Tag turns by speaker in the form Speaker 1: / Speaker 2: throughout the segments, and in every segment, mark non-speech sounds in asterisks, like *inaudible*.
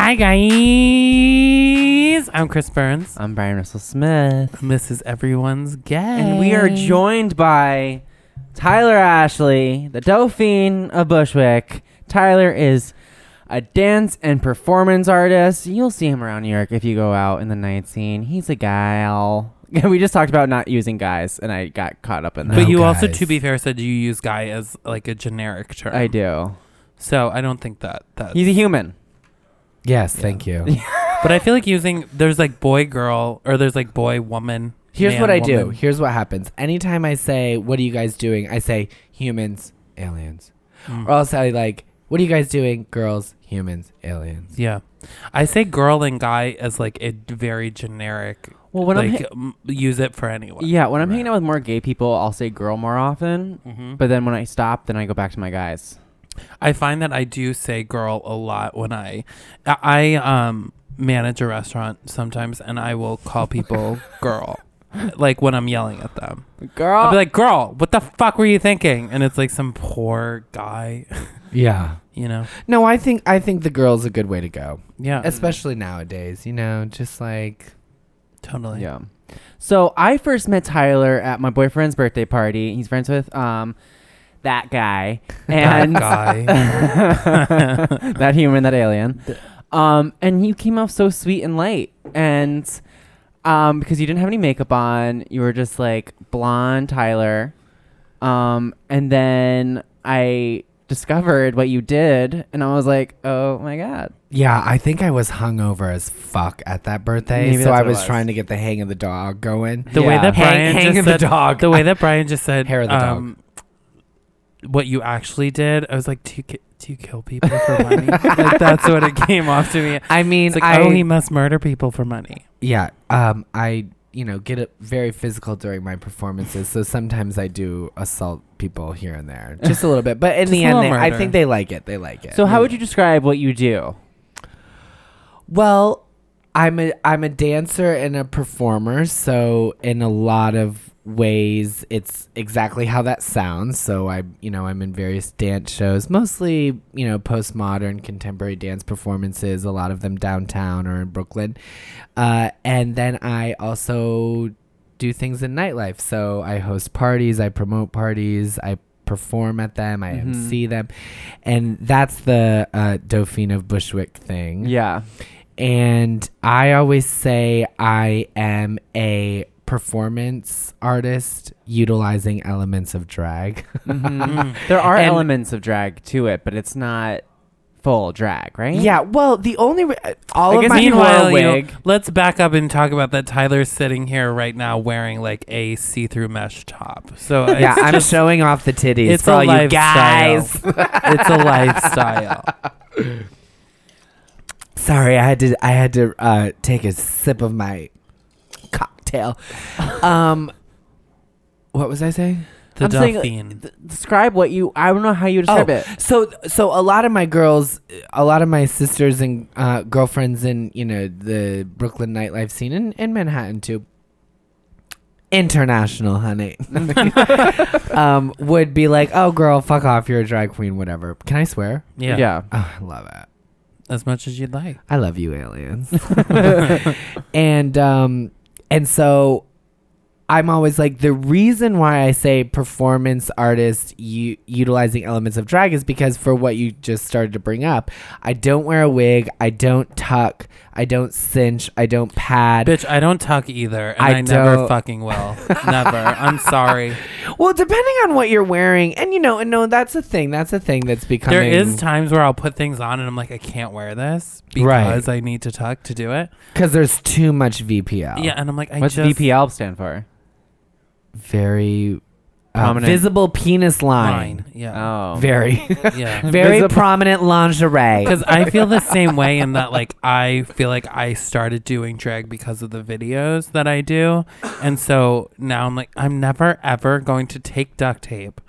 Speaker 1: Hi, guys. I'm Chris Burns.
Speaker 2: I'm Brian Russell Smith.
Speaker 1: And this is everyone's guest.
Speaker 2: And we are joined by Tyler Ashley, the Dauphine of Bushwick. Tyler is a dance and performance artist. You'll see him around New York if you go out in the night scene. He's a guile. *laughs* we just talked about not using guys, and I got caught up in that.
Speaker 1: But you also,
Speaker 3: guys.
Speaker 1: to be fair, said you use guy as like a generic term.
Speaker 2: I do.
Speaker 1: So I don't think that. that.
Speaker 2: He's a human.
Speaker 3: Yes, thank *laughs* you.
Speaker 1: But I feel like using. There's like boy, girl, or there's like boy, woman.
Speaker 3: Here's
Speaker 1: man,
Speaker 3: what I do.
Speaker 1: woman.
Speaker 3: Here's what happens. Anytime I say, "What are you guys doing?" I say, "Humans, aliens,"
Speaker 2: Mm.
Speaker 1: Uh,
Speaker 3: or else I like, "What are you guys doing?" Girls, humans, aliens.
Speaker 1: Yeah. I say girl and guy as like a d- very generic.
Speaker 2: Well, when I'm
Speaker 1: like, m- use it for anyone.
Speaker 2: Yeah, when I'm hanging out with more gay people, I'll say girl more often.
Speaker 1: Mm-hmm.
Speaker 2: But then when I stop, then I go back to my guys.
Speaker 1: I find that I do say girl a lot when I I um manage a restaurant sometimes and I will call
Speaker 3: *laughs*
Speaker 1: people girl. Like when I'm yelling at them.
Speaker 2: Girl.
Speaker 3: Oh.
Speaker 1: I'll be like, girl, what the fuck were you thinking? And it's like some poor guy, *laughs*
Speaker 3: Yeah.
Speaker 1: you know?
Speaker 3: No, I think I think the girl's a good way to go,
Speaker 1: Yeah.
Speaker 3: especially nowadays. You know, just like
Speaker 1: totally.
Speaker 2: Yeah. So I first met Tyler at my boyfriend's birthday party. He's friends with um that guy
Speaker 1: And *laughs*
Speaker 2: and
Speaker 1: guy.
Speaker 3: *laughs*
Speaker 2: that human, that alien. Um, and you came off so sweet and light, and um, because you didn't have any makeup on, you were just like blonde Tyler. Um, and then I discovered what you did, and I was like, oh my god.
Speaker 3: Yeah, I think I was hungover as fuck at that birthday,
Speaker 2: Maybe
Speaker 3: so
Speaker 2: that's
Speaker 3: I
Speaker 2: what it
Speaker 3: was,
Speaker 2: was.
Speaker 3: trying to get the hang of the dog going.
Speaker 1: The way
Speaker 2: Yeah.
Speaker 1: that
Speaker 3: Hang-
Speaker 1: Brian
Speaker 3: hang
Speaker 1: just
Speaker 3: of the
Speaker 1: said,
Speaker 3: dog.
Speaker 1: the way that Brian just said, um,
Speaker 3: Hair of the dog.
Speaker 1: What you actually did, I was like, do you, ki- do you kill people for
Speaker 3: *laughs*
Speaker 1: money? like that's what it came off to me.
Speaker 3: I mean,
Speaker 1: It's like,
Speaker 3: I
Speaker 1: oh, he must murder people for money.
Speaker 3: yeah, um, I you know get it very physical during my performances, so sometimes I do assault people here and there, just a little bit. But in
Speaker 1: Just
Speaker 3: the
Speaker 1: a
Speaker 3: end,
Speaker 1: little
Speaker 3: they, I
Speaker 1: murder.
Speaker 3: think they like it. They like it.
Speaker 2: So how would you describe what you do?
Speaker 3: Well, I'm a I'm a dancer and a performer, so in a lot of ways it's exactly how that sounds. So I, you know, I'm in various dance shows, mostly, you know, postmodern contemporary dance performances, a lot of them downtown or in Brooklyn. Uh, and then I also do things in nightlife. So I host parties, I promote parties, I perform at them, I MC them. And that's the uh, Dauphine of Bushwick thing.
Speaker 2: Yeah.
Speaker 3: And I always say I am a performance artist utilizing elements of drag. *laughs* Mm-hmm.
Speaker 2: There are
Speaker 3: Mm. And-
Speaker 2: elements of drag to it, but it's not full drag, right?
Speaker 3: yeah, well, the only re- all
Speaker 2: I
Speaker 3: of
Speaker 2: guess
Speaker 3: my
Speaker 2: you wore a
Speaker 1: Meanwhile, you know,
Speaker 2: wig.
Speaker 1: let's back up and talk about that. Tyler's sitting here right now wearing like a see-through mesh top. So it's
Speaker 3: yeah, I'm
Speaker 1: just-
Speaker 3: showing off the titties
Speaker 1: it's
Speaker 3: for
Speaker 1: a
Speaker 3: all you
Speaker 1: lifestyle.
Speaker 3: guys. *laughs*
Speaker 1: it's a lifestyle.
Speaker 3: Sorry, I had to I had to uh, take a sip of my
Speaker 2: *laughs*
Speaker 3: cocktail. Um, what was I saying?
Speaker 1: The
Speaker 2: I'm saying, like,
Speaker 1: Dauphine.
Speaker 2: th- describe what you. I don't know how you
Speaker 3: Oh,
Speaker 2: describe it.
Speaker 3: So so a lot of my girls, a lot of my sisters and uh, girlfriends in you know the Brooklyn nightlife scene and in Manhattan too. International, honey, *laughs* um, would be like, "Oh, girl, fuck off! You're a drag queen, whatever." Can I swear?
Speaker 1: yeah,
Speaker 3: Oh, I love it.
Speaker 1: as much as you'd like.
Speaker 3: I love
Speaker 1: *laughs*
Speaker 3: you, aliens. *laughs* and um, and so I'm always like the reason why I say performance artist u- utilizing elements of drag is because for what you just started to bring up, I don't wear a wig, I don't tuck, I don't cinch, I don't pad.
Speaker 1: Bitch, I don't tuck either, and I,
Speaker 3: I
Speaker 1: never
Speaker 3: don't-
Speaker 1: fucking will. never. I'm sorry.
Speaker 3: Well, depending on what you're wearing, and you know, and no, that's a thing. That's a thing that's becoming.
Speaker 1: There is times where I'll put things on and I'm like, I can't wear this
Speaker 3: Right.
Speaker 1: because I need to tuck to do it.
Speaker 3: because there's too much VPL.
Speaker 1: Yeah, and I'm like, I
Speaker 2: What's
Speaker 1: just
Speaker 2: VPL stand for?
Speaker 3: very uh,
Speaker 2: Prominent.
Speaker 3: visible penis line.
Speaker 1: Fine. Yeah,
Speaker 2: Oh,
Speaker 3: Very.
Speaker 1: yeah.
Speaker 3: very
Speaker 2: Visible-
Speaker 3: prominent lingerie.
Speaker 1: Because I feel the same way in that, like, I feel like I started doing drag because of the videos that I do. And so now I'm like, I'm never, ever going to take duct tape,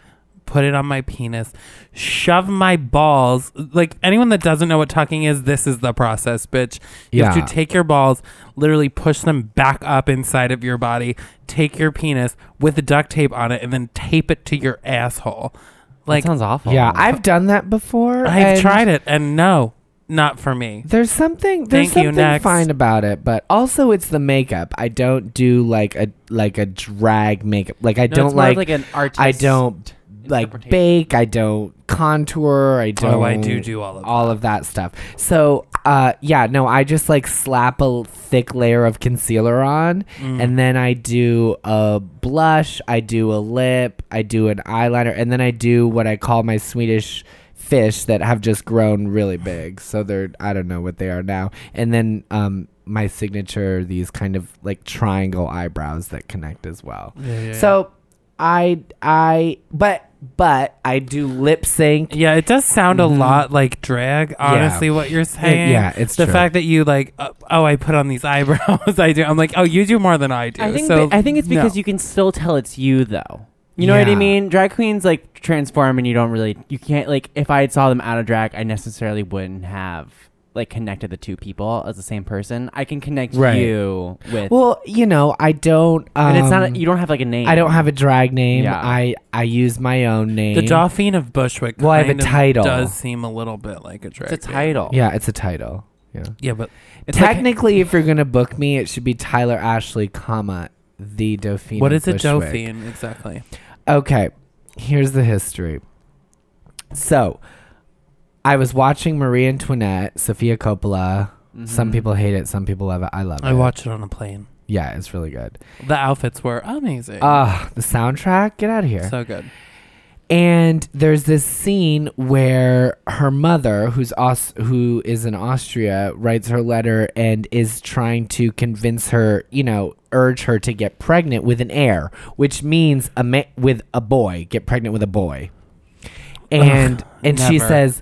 Speaker 1: put it on my penis, shove my balls. Like, anyone that doesn't know what tucking is, this is the process, bitch. You
Speaker 3: Yeah.
Speaker 1: have to take your balls, literally push them back up inside of your body, take your penis with the duct tape on it, and then tape it to your asshole. Like,
Speaker 2: sounds awful.
Speaker 3: Yeah, I've done that before.
Speaker 1: I've
Speaker 3: and
Speaker 1: tried it, and no. not for me.
Speaker 3: There's something there's
Speaker 1: Thank you,
Speaker 3: something
Speaker 1: next.
Speaker 3: fine about it, but also it's the makeup. I don't do like a like a drag makeup. Like I
Speaker 2: No,
Speaker 3: don't
Speaker 2: it's more of
Speaker 3: like,
Speaker 2: like an artist.
Speaker 3: I don't like
Speaker 2: interpretation.
Speaker 3: bake. I don't contour. I don't.
Speaker 1: Oh, I do do all of
Speaker 3: all of that stuff. So uh, yeah, no, I just like slap a l- thick layer of concealer on,
Speaker 1: Mm.
Speaker 3: and then I do a blush. I do a lip. I do an eyeliner, and then I do what I call my Swedish fish that have just grown really big. So they're I don't know what they are now, and then um. My signature, these kind of like triangle eyebrows that connect as well.
Speaker 1: Yeah, yeah,
Speaker 3: So I I but but I do lip sync.
Speaker 1: Yeah, it does sound
Speaker 3: Mhm.
Speaker 1: a lot like drag. Honestly, what you're saying.
Speaker 3: yeah, it's
Speaker 1: the
Speaker 3: true.
Speaker 1: fact that you like. Uh, oh, I put on these *laughs* eyebrows. I do. I'm like, oh, you do more than I do.
Speaker 2: I think
Speaker 1: so
Speaker 2: that- I think it's because you can still tell it's you though. You know what I
Speaker 3: Yeah.
Speaker 2: mean? Drag queens like transform and you don't really you can't like if I saw them out of drag, I necessarily wouldn't have like connected the two people as the same person. I can connect
Speaker 3: Right.
Speaker 2: you with
Speaker 3: Well, you know, I don't. Um,
Speaker 2: and it's not a, you don't have like a name.
Speaker 3: I don't have a drag name.
Speaker 2: Yeah.
Speaker 3: I I use my own name.
Speaker 1: the Dauphine of Bushwick.
Speaker 3: Well, I have a
Speaker 1: kind of
Speaker 3: title.
Speaker 1: Does seem a little bit like a drag.
Speaker 2: it's a
Speaker 1: queen.
Speaker 2: title.
Speaker 3: Yeah, it's a title. Yeah.
Speaker 1: Yeah, but
Speaker 2: It's like-
Speaker 3: Technically, if you're gonna book me, it should be Tyler Ashley, comma the Dauphine.
Speaker 1: what
Speaker 3: of
Speaker 1: is a
Speaker 3: Bushwick.
Speaker 1: Dauphine exactly?
Speaker 3: Okay, here's the history. So, I was watching Marie Antoinette, Sophia Coppola. Some
Speaker 2: Mhm.
Speaker 3: people hate it. Some people love it. I love it.
Speaker 1: I watched it on a plane.
Speaker 3: Yeah, it's really good.
Speaker 1: The outfits were amazing.
Speaker 3: Ah, the soundtrack. Get out of here.
Speaker 1: so good.
Speaker 3: and there's this scene where her mother who's Aus- who is in Austria writes her letter and is trying to convince her, you know, urge her to get pregnant with an heir, which means a ma- with a boy, get pregnant with a boy. And and she
Speaker 1: never.
Speaker 3: says,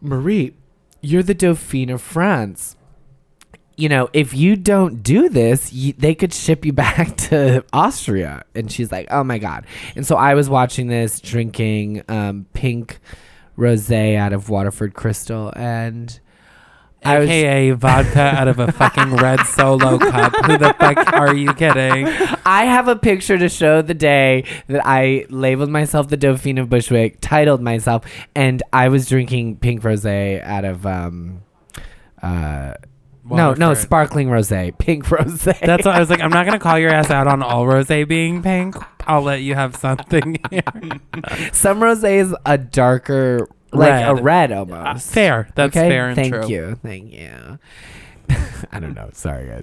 Speaker 3: "Marie, you're the Dauphine of France." You know, if you don't do this, you, they could ship you *laughs* back to Austria. And she's like, oh my God. And so I was watching this, drinking um, pink rose out of Waterford Crystal. And I was,
Speaker 1: AKA vodka out of a fucking red solo cup. Who the fuck are you kidding?
Speaker 3: *laughs* I have a picture to show the day that I labeled myself the Dauphine of Bushwick, titled myself, and I was drinking pink rose out of. Um, uh, no, no,
Speaker 1: Waterford.
Speaker 3: sparkling rosé, pink *laughs* rosé.
Speaker 1: That's why I was like, I'm not gonna call your ass out on all rose being pink. I'll let you have something *laughs* here.
Speaker 3: Some rosé is a darker, like a
Speaker 1: Red.
Speaker 3: red
Speaker 1: Uh,
Speaker 3: almost.
Speaker 1: fair. That's
Speaker 3: Okay?
Speaker 1: fair and
Speaker 3: Thank
Speaker 1: true.
Speaker 3: you. Thank you. *laughs* I don't know. Sorry, guys.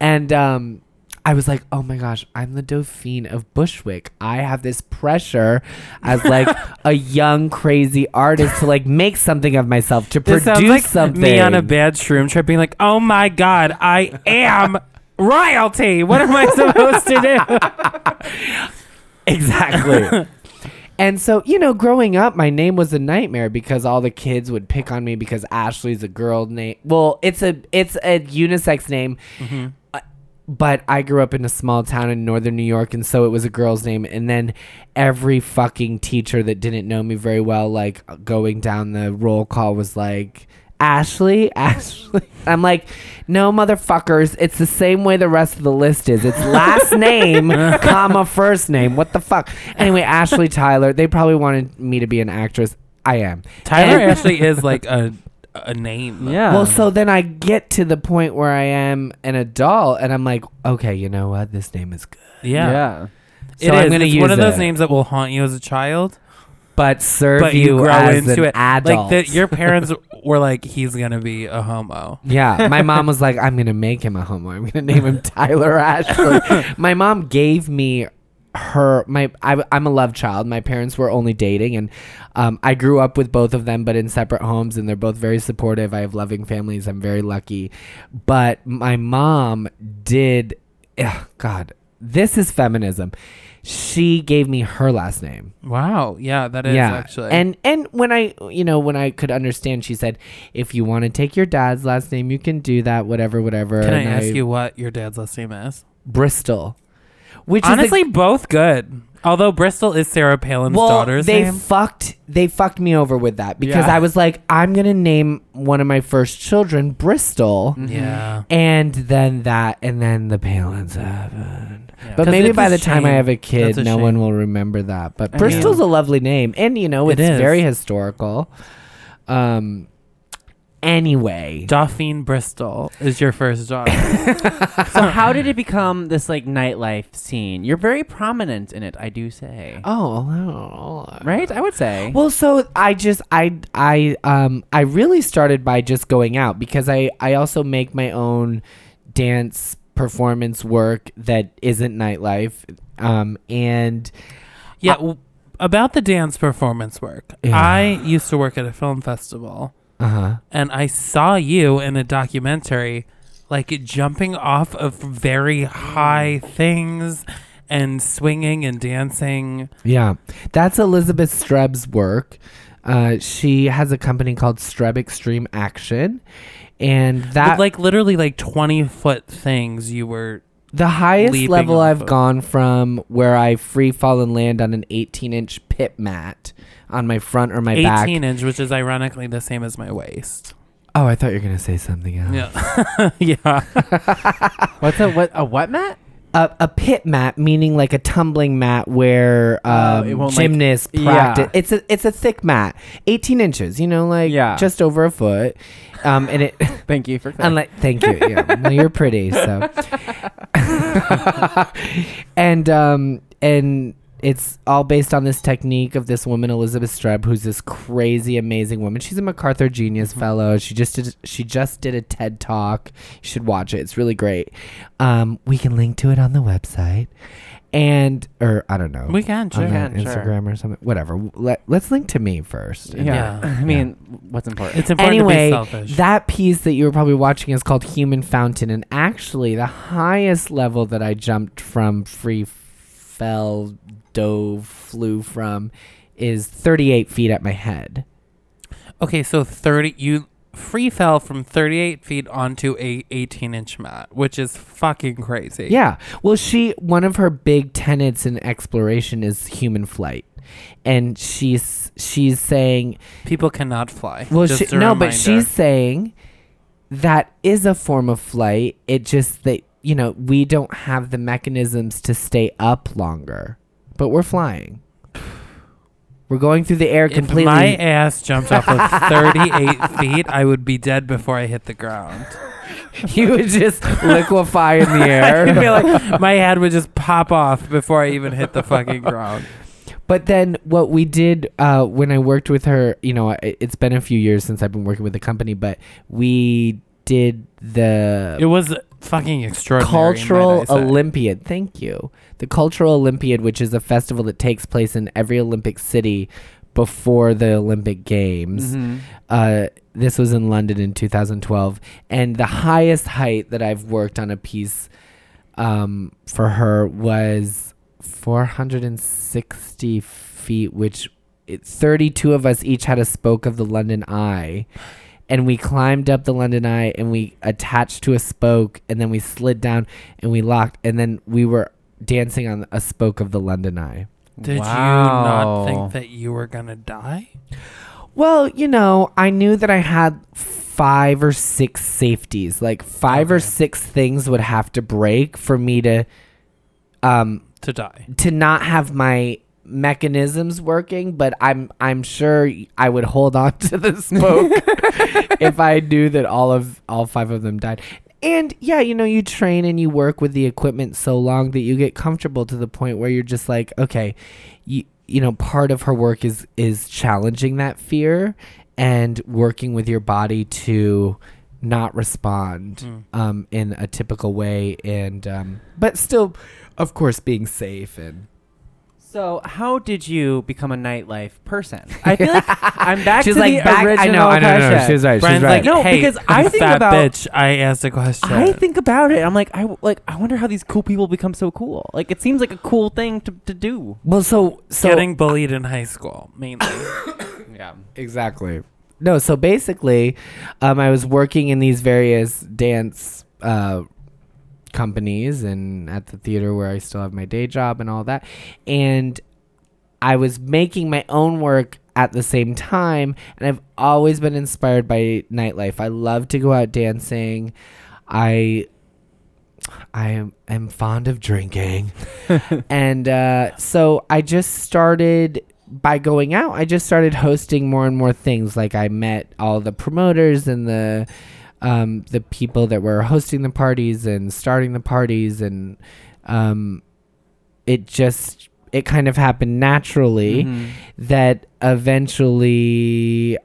Speaker 3: And um, I was like, oh my gosh, I'm the Dauphine of Bushwick. I have this pressure as
Speaker 1: *laughs*
Speaker 3: like a young, crazy artist to like make something of myself, to
Speaker 1: This sounds
Speaker 3: produce
Speaker 1: like
Speaker 3: something.
Speaker 1: me on a bad shroom trip being like, oh my god, I am royalty. What am I supposed to do?
Speaker 3: Exactly. *laughs* and so, you know, growing up, my name was a nightmare because all the kids would pick on me because Ashley's a girl name. Well, it's a it's a unisex name. Uh, But I grew up in a small town in northern New York, and so it was a girl's name. And then every fucking teacher that didn't know me very well, like going down the roll call, was like, Ashley, *laughs* Ashley. I'm like, no, motherfuckers. It's the same way the rest of the list is. It's last name, comma, first name. What the fuck? Anyway, Ashley Tyler. They probably wanted me to be an actress. I am.
Speaker 1: *laughs* Tyler
Speaker 3: And-
Speaker 1: actually is like a a name.
Speaker 2: Yeah.
Speaker 3: Well, so then I get to the point where I am an adult and I'm like, okay, you know what? This name is good.
Speaker 1: Yeah.
Speaker 2: yeah.
Speaker 3: *laughs*
Speaker 1: It
Speaker 3: So I'm
Speaker 1: is.
Speaker 3: gonna
Speaker 1: it's
Speaker 3: use
Speaker 1: one of those
Speaker 3: it.
Speaker 1: names that will haunt you as a child.
Speaker 3: But serve
Speaker 1: But
Speaker 3: you,
Speaker 1: you grow
Speaker 3: as
Speaker 1: into
Speaker 3: an
Speaker 1: it.
Speaker 3: adult.
Speaker 1: Like that your parents
Speaker 3: *laughs*
Speaker 1: were like, he's gonna be a homo.
Speaker 3: Yeah, *laughs* my mom was like, I'm going to make him a homo. I'm going to name *laughs* him Tyler Ashley. *laughs* my mom gave me her my I, i'm a love child my parents were only dating and um, i grew up with both of them but in separate homes and they're both very supportive i have loving families i'm very lucky but my mom did ugh, god this is feminism she gave me her last name
Speaker 1: Wow. Yeah, that is actually.
Speaker 3: and and when I you know when I could understand, she said, if you want to take your dad's last name, you can do that. Whatever, whatever.
Speaker 1: Can I
Speaker 3: And
Speaker 1: ask you what your dad's last name is?
Speaker 3: Bristol? Which
Speaker 1: Honestly,
Speaker 3: is
Speaker 1: both good. Although Bristol is Sarah
Speaker 3: the,
Speaker 1: Palin's
Speaker 3: well,
Speaker 1: daughter's
Speaker 3: they
Speaker 1: name.
Speaker 3: fucked they fucked me over with that because
Speaker 1: Yeah.
Speaker 3: I was like, I'm gonna name one of my first children
Speaker 1: Mm.
Speaker 3: Bristol,
Speaker 1: Mm-hmm. yeah.
Speaker 3: and then that, and then the Palins happened.
Speaker 1: Yeah.
Speaker 3: But
Speaker 1: 'Cause
Speaker 3: maybe
Speaker 1: it's
Speaker 3: by
Speaker 1: a
Speaker 3: the time I
Speaker 1: shame.
Speaker 3: have a kid,
Speaker 1: That's a
Speaker 3: no
Speaker 1: shame.
Speaker 3: one will remember that. But
Speaker 2: I
Speaker 3: Bristol's
Speaker 1: know.
Speaker 3: a lovely name, and you know
Speaker 1: It
Speaker 3: it's
Speaker 1: is.
Speaker 3: very historical. Um, anyway.
Speaker 1: Dauphine Bristol is your first
Speaker 3: *laughs*
Speaker 1: daughter.
Speaker 2: So how did it become this like nightlife scene? You're very prominent in it, I do say.
Speaker 3: Oh, hello.
Speaker 2: right? I would say.
Speaker 3: Well, so I just I I um I really started by just going out because I I also make my own dance performance work that isn't nightlife um and
Speaker 1: yeah. w about the dance performance work,
Speaker 3: Yeah.
Speaker 1: I used to work at a film festival
Speaker 3: uh-huh
Speaker 1: and I saw you in a documentary, like jumping off of very high
Speaker 3: Mm.
Speaker 1: things and swinging and dancing.
Speaker 3: yeah that's Elizabeth Streb's work uh she has a company called Streb Extreme Action and that
Speaker 1: With, like literally like 20 foot things you were.
Speaker 3: The highest
Speaker 1: leaping
Speaker 3: level
Speaker 1: off
Speaker 3: I've
Speaker 1: of.
Speaker 3: gone from where I free fall and land on an 18 inch pit mat on my front or my
Speaker 1: 18
Speaker 3: back.
Speaker 1: inch, which is ironically the same as my waist.
Speaker 3: Oh, I thought you were going to say something else.
Speaker 1: Yeah. *laughs* yeah.
Speaker 2: What's a what a what Matt?
Speaker 3: A, a pit mat, meaning like a tumbling mat where
Speaker 2: Oh,
Speaker 3: um,
Speaker 2: it won't, like-
Speaker 3: gymnasts
Speaker 2: yeah.
Speaker 3: practice. It's a it's a thick mat, 18 inches, you know, like
Speaker 2: Yeah.
Speaker 3: just over a foot. Um, and it.
Speaker 2: Thank you for
Speaker 3: Unlike, thank you. Yeah, well, you're pretty. So, *laughs* and um, and it's all based on this technique of this woman Elizabeth Streb, who's this crazy, amazing woman. She's a MacArthur Genius Fellow. She just did, she just did a TED Talk. You should watch it. It's really great. Um, we can link to it on the website, and or I don't know.
Speaker 1: We can,
Speaker 3: on
Speaker 1: sure.
Speaker 3: the
Speaker 2: can, sure.
Speaker 3: Instagram or something, whatever. Let, let's link to me
Speaker 2: yeah.
Speaker 3: first. And *laughs*
Speaker 1: Yeah.
Speaker 2: I mean, what's important?
Speaker 1: It's important
Speaker 3: anyway,
Speaker 1: to be selfish.
Speaker 3: that piece that you were probably watching is called Human Fountain, and actually, the highest level that I jumped from, free fell, dove, flew from, is 38 feet at my head.
Speaker 1: okay, so 30, you free fell from 38 feet onto a 18 inch mat, which is fucking crazy.
Speaker 3: Yeah. Well, she one of her big tenets in exploration is human flight, and she's she's saying
Speaker 1: People cannot fly.
Speaker 3: Well,
Speaker 1: Just
Speaker 3: she,
Speaker 1: a
Speaker 3: no, but
Speaker 1: reminder.
Speaker 3: she's saying that is a form of flight. It just that you know we don't have the mechanisms to stay up longer, but we're flying. We're going through the air
Speaker 1: If
Speaker 3: completely. *laughs*
Speaker 1: my ass jumped off of 38 feet, I would be dead before I hit the ground.
Speaker 3: you
Speaker 1: *laughs*
Speaker 3: would just liquefy in the air.
Speaker 1: I feel like *laughs* my head would just pop off before I even hit the fucking ground.
Speaker 3: But then what we did uh, when I worked with her, you know, it, it's been a few years since I've been working with the company, but we did the
Speaker 1: It was fucking extraordinary.
Speaker 3: Cultural
Speaker 1: might I say.
Speaker 3: Olympiad. Thank you. The Cultural Olympiad, which is a festival that takes place in every Olympic city before the Olympic Games.
Speaker 2: Mhm.
Speaker 3: Uh, this was in London in 2012. And the highest height that I've worked on a piece um, for her was 460 feet, which it, 32 of us each had a spoke of the London Eye. And we climbed up the London Eye and we attached to a spoke and then we slid down and we locked and then we were dancing on a spoke of the London Eye.
Speaker 1: Did
Speaker 2: Wow.
Speaker 1: you not think that you were gonna die?
Speaker 3: Well, you know, I knew that I had five or six safeties. Like five or
Speaker 1: Okay.
Speaker 3: six things would have to break for me to um
Speaker 1: To die.
Speaker 3: to not have my mechanisms working, but I'm I'm sure I would hold on to the spoke if I knew that all of all five of them died. And yeah, you know, you train and you work with the equipment so long that you get comfortable to the point where you're just like, okay, you you know, part of her work is is challenging that fear and working with your body to not respond
Speaker 1: Mm.
Speaker 3: um, in a typical way, and um, but still, of course, being safe and
Speaker 2: So, how did you become a nightlife person? I feel
Speaker 3: *laughs*
Speaker 2: like I'm back to the original question.
Speaker 3: right.
Speaker 1: Brian's like,
Speaker 2: No,
Speaker 1: hey,
Speaker 2: because I
Speaker 1: you
Speaker 2: think
Speaker 1: fat
Speaker 2: about-
Speaker 1: bitch. I asked a question.
Speaker 2: I think about it. I'm like, I w- like. I wonder how these cool people become so cool. Like, it seems like a cool thing to, to do.
Speaker 3: well, so so
Speaker 1: getting bullied in high school
Speaker 2: *laughs*
Speaker 1: mainly.
Speaker 2: Yeah.
Speaker 3: exactly. No, so basically, um, I was working in these various dance uh, companies and at the theater where I still have my day job and all that, and I was making my own work at the same time, and I've always been inspired by nightlife. I love to go out dancing. I I am, am fond of drinking. and uh, so I just started by going out, I just started hosting more and more things. Like I met all the promoters and the um, the people that were hosting the parties and starting the parties, and um, it just it kind of happened naturally
Speaker 2: Mhm.
Speaker 3: that eventually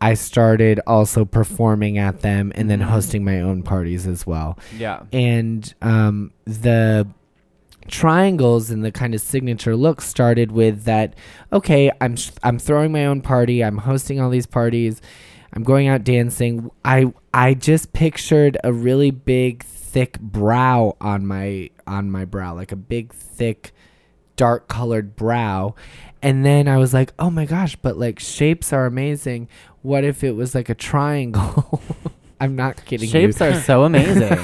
Speaker 3: I started also performing at them and then
Speaker 2: Mhm.
Speaker 3: hosting my own parties as well
Speaker 2: Yeah.
Speaker 3: and um, the triangles and the kind of signature look started with that okay i'm sh- i'm throwing my own party i'm hosting all these parties i'm going out dancing i i just pictured a really big thick brow on my on my brow like a big thick dark colored brow and then i was like oh my gosh but like shapes are amazing what if it was like a triangle *laughs* i'm not kidding you.
Speaker 2: Shapes are so
Speaker 3: *laughs*
Speaker 2: amazing.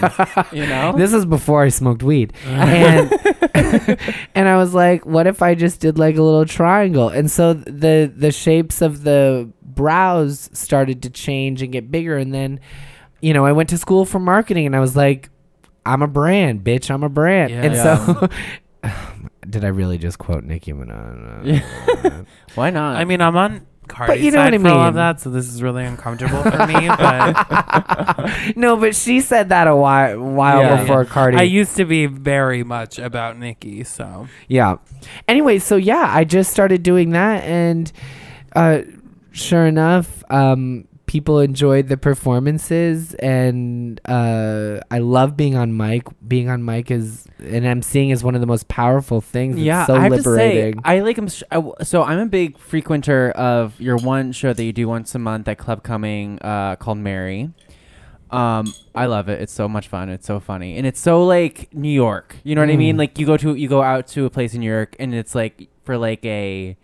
Speaker 2: you know?
Speaker 3: This is before I smoked weed. And and I was like, what if I just did like a little triangle? And so the the shapes of the brows started to change and get bigger and then you know, I went to school for marketing and I was like, I'm a brand, bitch, I'm a brand.
Speaker 1: Yeah.
Speaker 3: And
Speaker 2: Yeah.
Speaker 3: so *laughs* did I really just quote Nicki Minaj?
Speaker 2: Why not?
Speaker 1: I mean, I'm on Cardi's
Speaker 3: you know
Speaker 1: side
Speaker 3: what I
Speaker 1: for all of
Speaker 3: mean.
Speaker 1: that, so this is really uncomfortable for
Speaker 2: *laughs*
Speaker 1: me. But
Speaker 3: no, but she said that a while while
Speaker 2: Yeah.
Speaker 3: before Cardi.
Speaker 1: I used to be very much about Nikki, so
Speaker 3: Yeah. Anyway, so yeah, I just started doing that, and uh, sure enough, um, people enjoyed the performances, and uh, I love being on mic. Being on mic is, and I'm seeing is one of the most powerful things. It's so
Speaker 2: I have
Speaker 3: liberating.
Speaker 2: to say, I like. I'm sh- I w- so I'm a big frequenter of your one show that you do once a month at Club Coming uh, called Mary. Um, I love it. It's so much fun. It's so funny, and it's so like New York. You know what I
Speaker 3: Mm.
Speaker 2: mean? Like you go to you go out to a place in New York, and it's like for like a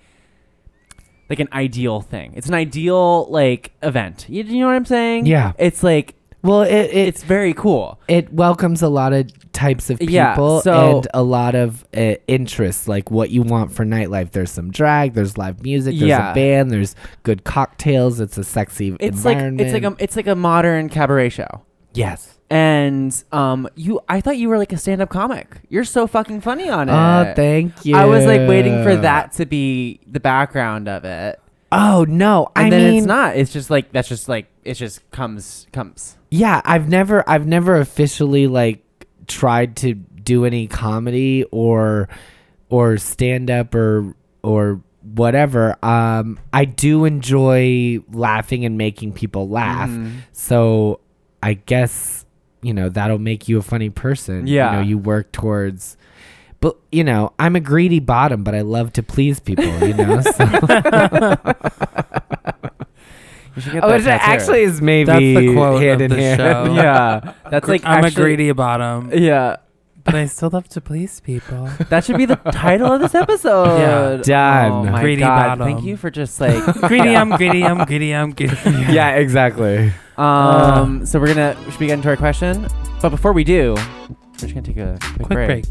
Speaker 2: like an ideal thing. It's an ideal like event. You, you know what I'm saying?
Speaker 3: Yeah.
Speaker 2: It's like
Speaker 3: well, it, it
Speaker 2: it's very cool.
Speaker 3: it welcomes a lot of types of people
Speaker 2: Yeah, so-
Speaker 3: and a lot of uh, interests like what you want for nightlife there's some drag there's live music there's
Speaker 2: Yeah.
Speaker 3: a band there's good cocktails it's a sexy
Speaker 2: It's like
Speaker 3: environment
Speaker 2: it's like a it's like a modern cabaret show.
Speaker 3: yes
Speaker 2: and um, you I thought you were like a stand-up comic. You're so fucking funny on it.
Speaker 3: oh thank you
Speaker 2: I was like waiting for that to be the background of it,
Speaker 3: oh no
Speaker 2: and
Speaker 3: i
Speaker 2: then
Speaker 3: mean
Speaker 2: it's not. It's just like that's just like it just comes comes.
Speaker 3: yeah i've never i've never officially like tried to do any comedy or or stand up or or whatever um i do enjoy laughing and making people laugh
Speaker 2: Mm-hmm.
Speaker 3: so i guess you know that'll make you a funny person
Speaker 2: Yeah.
Speaker 3: you know you work towards but you know i'm a greedy bottom but i love to please people
Speaker 2: *laughs*
Speaker 3: you know so
Speaker 2: You should get that
Speaker 3: which
Speaker 2: tattoo.
Speaker 3: actually Oh, is maybe
Speaker 1: that's the quote
Speaker 3: hand
Speaker 1: of
Speaker 3: in
Speaker 1: the
Speaker 3: hand.
Speaker 1: show.
Speaker 2: yeah, that's like
Speaker 1: Oh. I'm
Speaker 2: actually-
Speaker 1: a greedy
Speaker 2: *laughs*
Speaker 1: bottom,
Speaker 2: Yeah,
Speaker 1: but I still love to please
Speaker 2: *laughs*
Speaker 1: people.
Speaker 2: that should be
Speaker 1: *laughs*
Speaker 2: the title of this episode.
Speaker 1: Yeah.
Speaker 3: Done.
Speaker 2: Oh my
Speaker 1: Greedy
Speaker 2: god!
Speaker 1: bottom.
Speaker 2: Thank you for just like
Speaker 1: greedy, I'm greedy, I'm greedy, I'm greedy.
Speaker 3: *laughs* yeah, exactly.
Speaker 2: Um, so we're gonna should we get into our question? But before we do, we're just gonna take a quick,
Speaker 1: Quick break.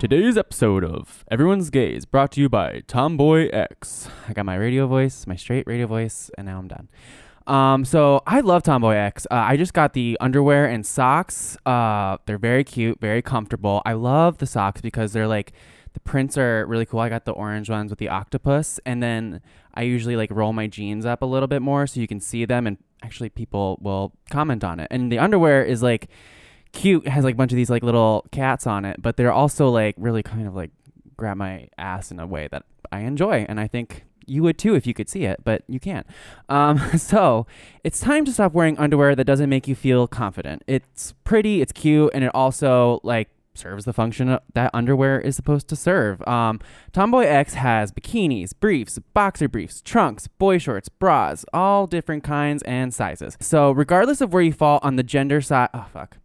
Speaker 4: Today's episode of Everyone's Gay is brought to you by Tomboy X.
Speaker 2: I got my radio voice, my straight radio voice, and now I'm done. Um, so I love Tomboy X. Uh, I just got the underwear and socks. Uh, they're very cute, very comfortable. I love the socks because they're like the prints are really cool. I got the orange ones with the octopus, and then I usually like roll my jeans up a little bit more so you can see them, and actually people will comment on it. And the underwear is like cute. It has like a bunch of these like little cats on it, but they're also like really kind of like grab my ass in a way that I enjoy, and I think you would too if you could see it, but you can't. Um, *laughs* so it's time to stop wearing underwear that doesn't make you feel confident. It's pretty, it's cute, and it also like serves the function that underwear is supposed to serve. Um, Tomboy X has bikinis, briefs, boxer briefs, trunks, boy shorts, bras, all different kinds and sizes. So regardless of where you fall on the gender side, oh fuck,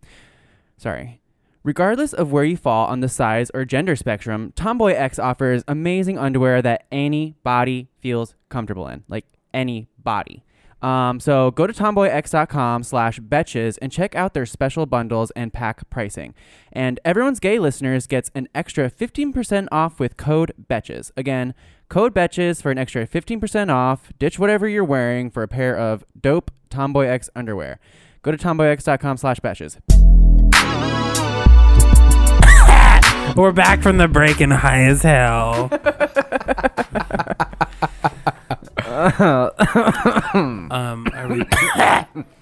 Speaker 2: sorry. Regardless of where you fall on the size or gender spectrum, Tomboy X offers amazing underwear that any body feels comfortable in, like any body. Um, so go to tomboyx.com slash betches and check out their special bundles and pack pricing. And everyone's gay listeners gets an extra 15% off with code betches. Again, code betches for an extra 15% off. Ditch whatever you're wearing for a pair of dope Tomboy X underwear. Go to tomboyx.com slash betches.
Speaker 1: We're back from the break and high as hell. um, are we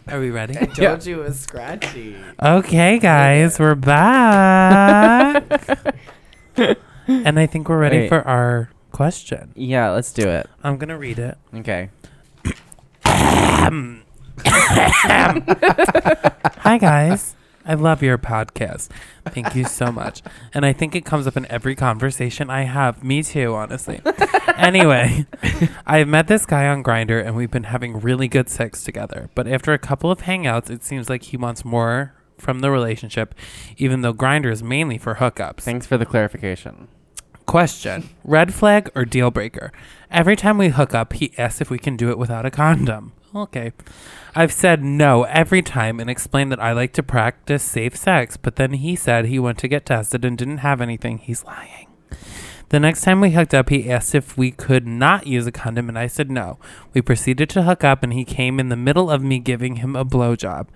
Speaker 1: are we ready?
Speaker 3: told you it was scratchy.
Speaker 1: Okay, guys, we're back, and I think we're ready
Speaker 2: Wait.
Speaker 1: for our question.
Speaker 2: yeah, let's do it.
Speaker 1: I'm gonna read it.
Speaker 2: Okay.
Speaker 1: Hi guys. I love your podcast. Thank you so much. And I think it comes up in every conversation I have. Me too, honestly. anyway, *laughs* I met this guy on Grinder and we've been having really good sex together. But after a couple of hangouts, it seems like he wants more from the relationship, even though Grinder is mainly for hookups.
Speaker 2: Thanks for the clarification.
Speaker 1: Question Red flag or deal breaker? Every time we hook up, he asks if we can do it without a condom. Okay. I've said no every time and explained that I like to practice safe sex, but then he said he went to get tested and didn't have anything. He's lying. The next time we hooked up, he asked if we could not use a condom, and I said no. We proceeded to hook up, and he came in the middle of me giving him a blowjob.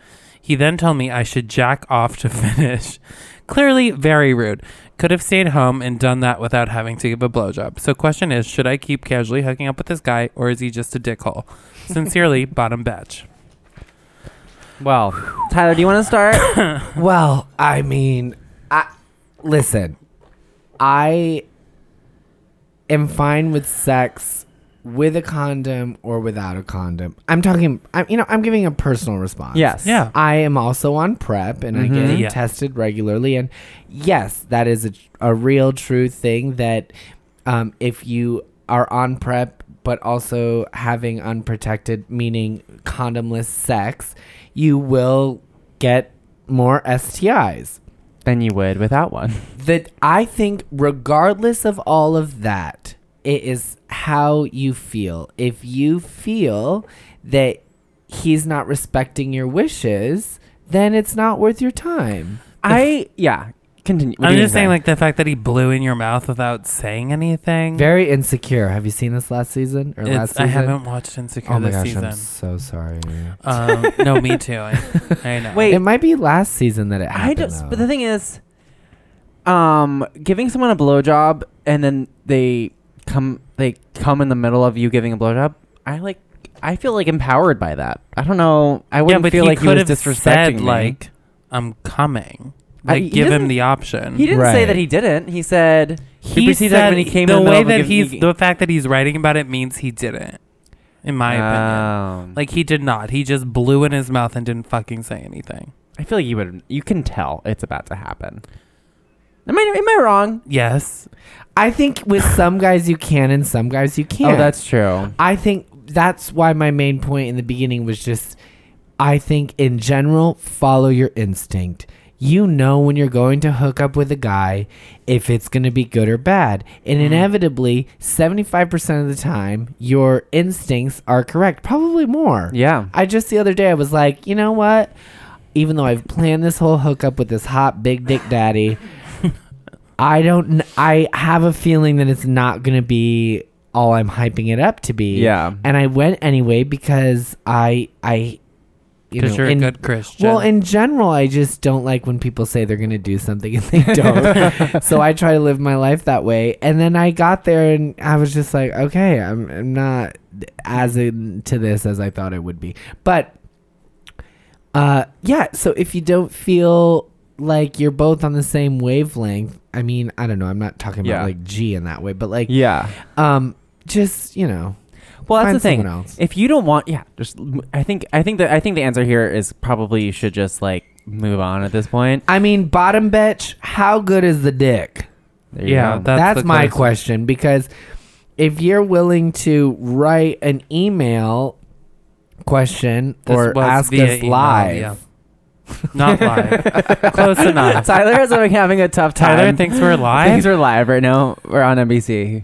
Speaker 1: He then told me I should jack off to *laughs* finish. Clearly, very rude. Could have stayed home and done that without having to give a blowjob. So, question is, should I keep casually hooking up with this guy, or is he just a dickhole?
Speaker 2: *laughs*
Speaker 1: Sincerely, bottom batch.
Speaker 2: Well, Tyler, do you want to start?
Speaker 3: Well, I mean, I listen. I am fine with sex with a condom or without a condom. I'm talking. I'm you know I'm giving a personal response.
Speaker 2: yes.
Speaker 1: Yeah. Mm-hmm.
Speaker 3: I am also on prep and I get
Speaker 1: Yeah.
Speaker 3: tested regularly. And yes, that is a, a real true thing that um, if you are on prep but also having unprotected, meaning condomless sex, you will get more STIs.
Speaker 2: *coughs* Then you would without one.
Speaker 3: That I think, regardless of all of that, it is how you feel. If you feel that he's not respecting your wishes, then it's not worth your time.
Speaker 2: *laughs* I yeah. Continue. What
Speaker 1: I'm
Speaker 2: do you
Speaker 1: just
Speaker 2: think?
Speaker 1: saying, like, the fact that he blew in your mouth without saying anything.
Speaker 3: Very insecure. Have you seen this last season or last
Speaker 1: It's-
Speaker 3: season?
Speaker 1: I haven't watched Insecure
Speaker 3: Oh my
Speaker 1: this
Speaker 3: gosh,
Speaker 1: season.
Speaker 3: I'm so sorry.
Speaker 1: um, no, me too.
Speaker 2: *laughs*
Speaker 1: I, I know.
Speaker 2: Wait.
Speaker 3: it might be last season that it happened.
Speaker 2: I just. But
Speaker 3: though.
Speaker 2: the thing is, um, giving someone a blowjob and then they come they come in the middle of you giving a blowjob. I like. I feel like empowered by that. I don't know. I
Speaker 1: yeah,
Speaker 2: wouldn't
Speaker 1: but
Speaker 2: feel
Speaker 1: he
Speaker 2: like he
Speaker 1: could
Speaker 2: was
Speaker 1: have
Speaker 2: disrespecting
Speaker 1: said,
Speaker 2: me.
Speaker 1: like, I'm coming.
Speaker 2: I-
Speaker 1: Like,
Speaker 2: he
Speaker 1: give him
Speaker 2: doesn't-
Speaker 1: the option.
Speaker 2: He didn't say
Speaker 3: Right.
Speaker 2: that he didn't. He said
Speaker 1: He
Speaker 2: he proceeded
Speaker 1: said
Speaker 2: when he came
Speaker 1: the
Speaker 2: in the
Speaker 1: way
Speaker 2: middle
Speaker 1: that
Speaker 2: of a
Speaker 1: he's
Speaker 2: giving-
Speaker 1: the fact that he's writing about it means he didn't. In my opinion,
Speaker 2: Um,
Speaker 1: like he did not. He just blew in his mouth and didn't fucking say anything.
Speaker 2: I feel like you would. You can tell it's about to happen. Am I am I wrong?
Speaker 1: Yes,
Speaker 3: I think with some guys you can and some guys you can't.
Speaker 2: Oh, that's true.
Speaker 3: I think that's why my main point in the beginning was just I think in general, follow your instinct. You know when you're going to hook up with a guy if it's going to be good or bad. And inevitably, 75% of the time, your instincts are correct, probably more.
Speaker 2: Yeah.
Speaker 3: I just the other day I was like, you know what? Even though I've planned this whole hookup with this hot big dick
Speaker 1: *laughs*
Speaker 3: daddy, I don't. kn- I have a feeling that it's not gonna be all I'm hyping it up to be.
Speaker 2: Yeah.
Speaker 3: And I went anyway because I I you know
Speaker 1: because you're
Speaker 3: in-
Speaker 1: a good Christian.
Speaker 3: well, in general, I just don't like when people say they're going to do something and
Speaker 2: *laughs*
Speaker 3: they don't. so I try to live my life that way. And then I got there and I was just like, okay, I'm, I'm not as into this as I thought I would be. But uh, yeah, so if you don't feel like you're both on the same wavelength, I mean, I don't know. I'm not talking
Speaker 2: Yeah.
Speaker 3: about like G in that way, but like,
Speaker 2: Yeah.
Speaker 3: um, just, you know,
Speaker 2: Well, that's
Speaker 3: find
Speaker 2: the thing.
Speaker 3: someone else.
Speaker 2: If you don't want, yeah, just m- I think I think that I think the answer here is probably you should just like move on at this point.
Speaker 3: I mean, bottom bitch, how good is the dick?
Speaker 2: There you
Speaker 1: yeah,
Speaker 2: go.
Speaker 1: that's,
Speaker 3: That's,
Speaker 1: the
Speaker 3: my
Speaker 1: Christ-
Speaker 3: question because if you're willing to write an email question
Speaker 1: This
Speaker 3: or
Speaker 1: was
Speaker 3: ask us
Speaker 1: via email,
Speaker 3: live,
Speaker 1: yeah.
Speaker 2: *laughs*
Speaker 1: Not live. Close enough.
Speaker 2: Tyler is like having a tough time. *laughs*
Speaker 1: Tyler thinks we're live.
Speaker 2: Things are live right now. We're on NBC.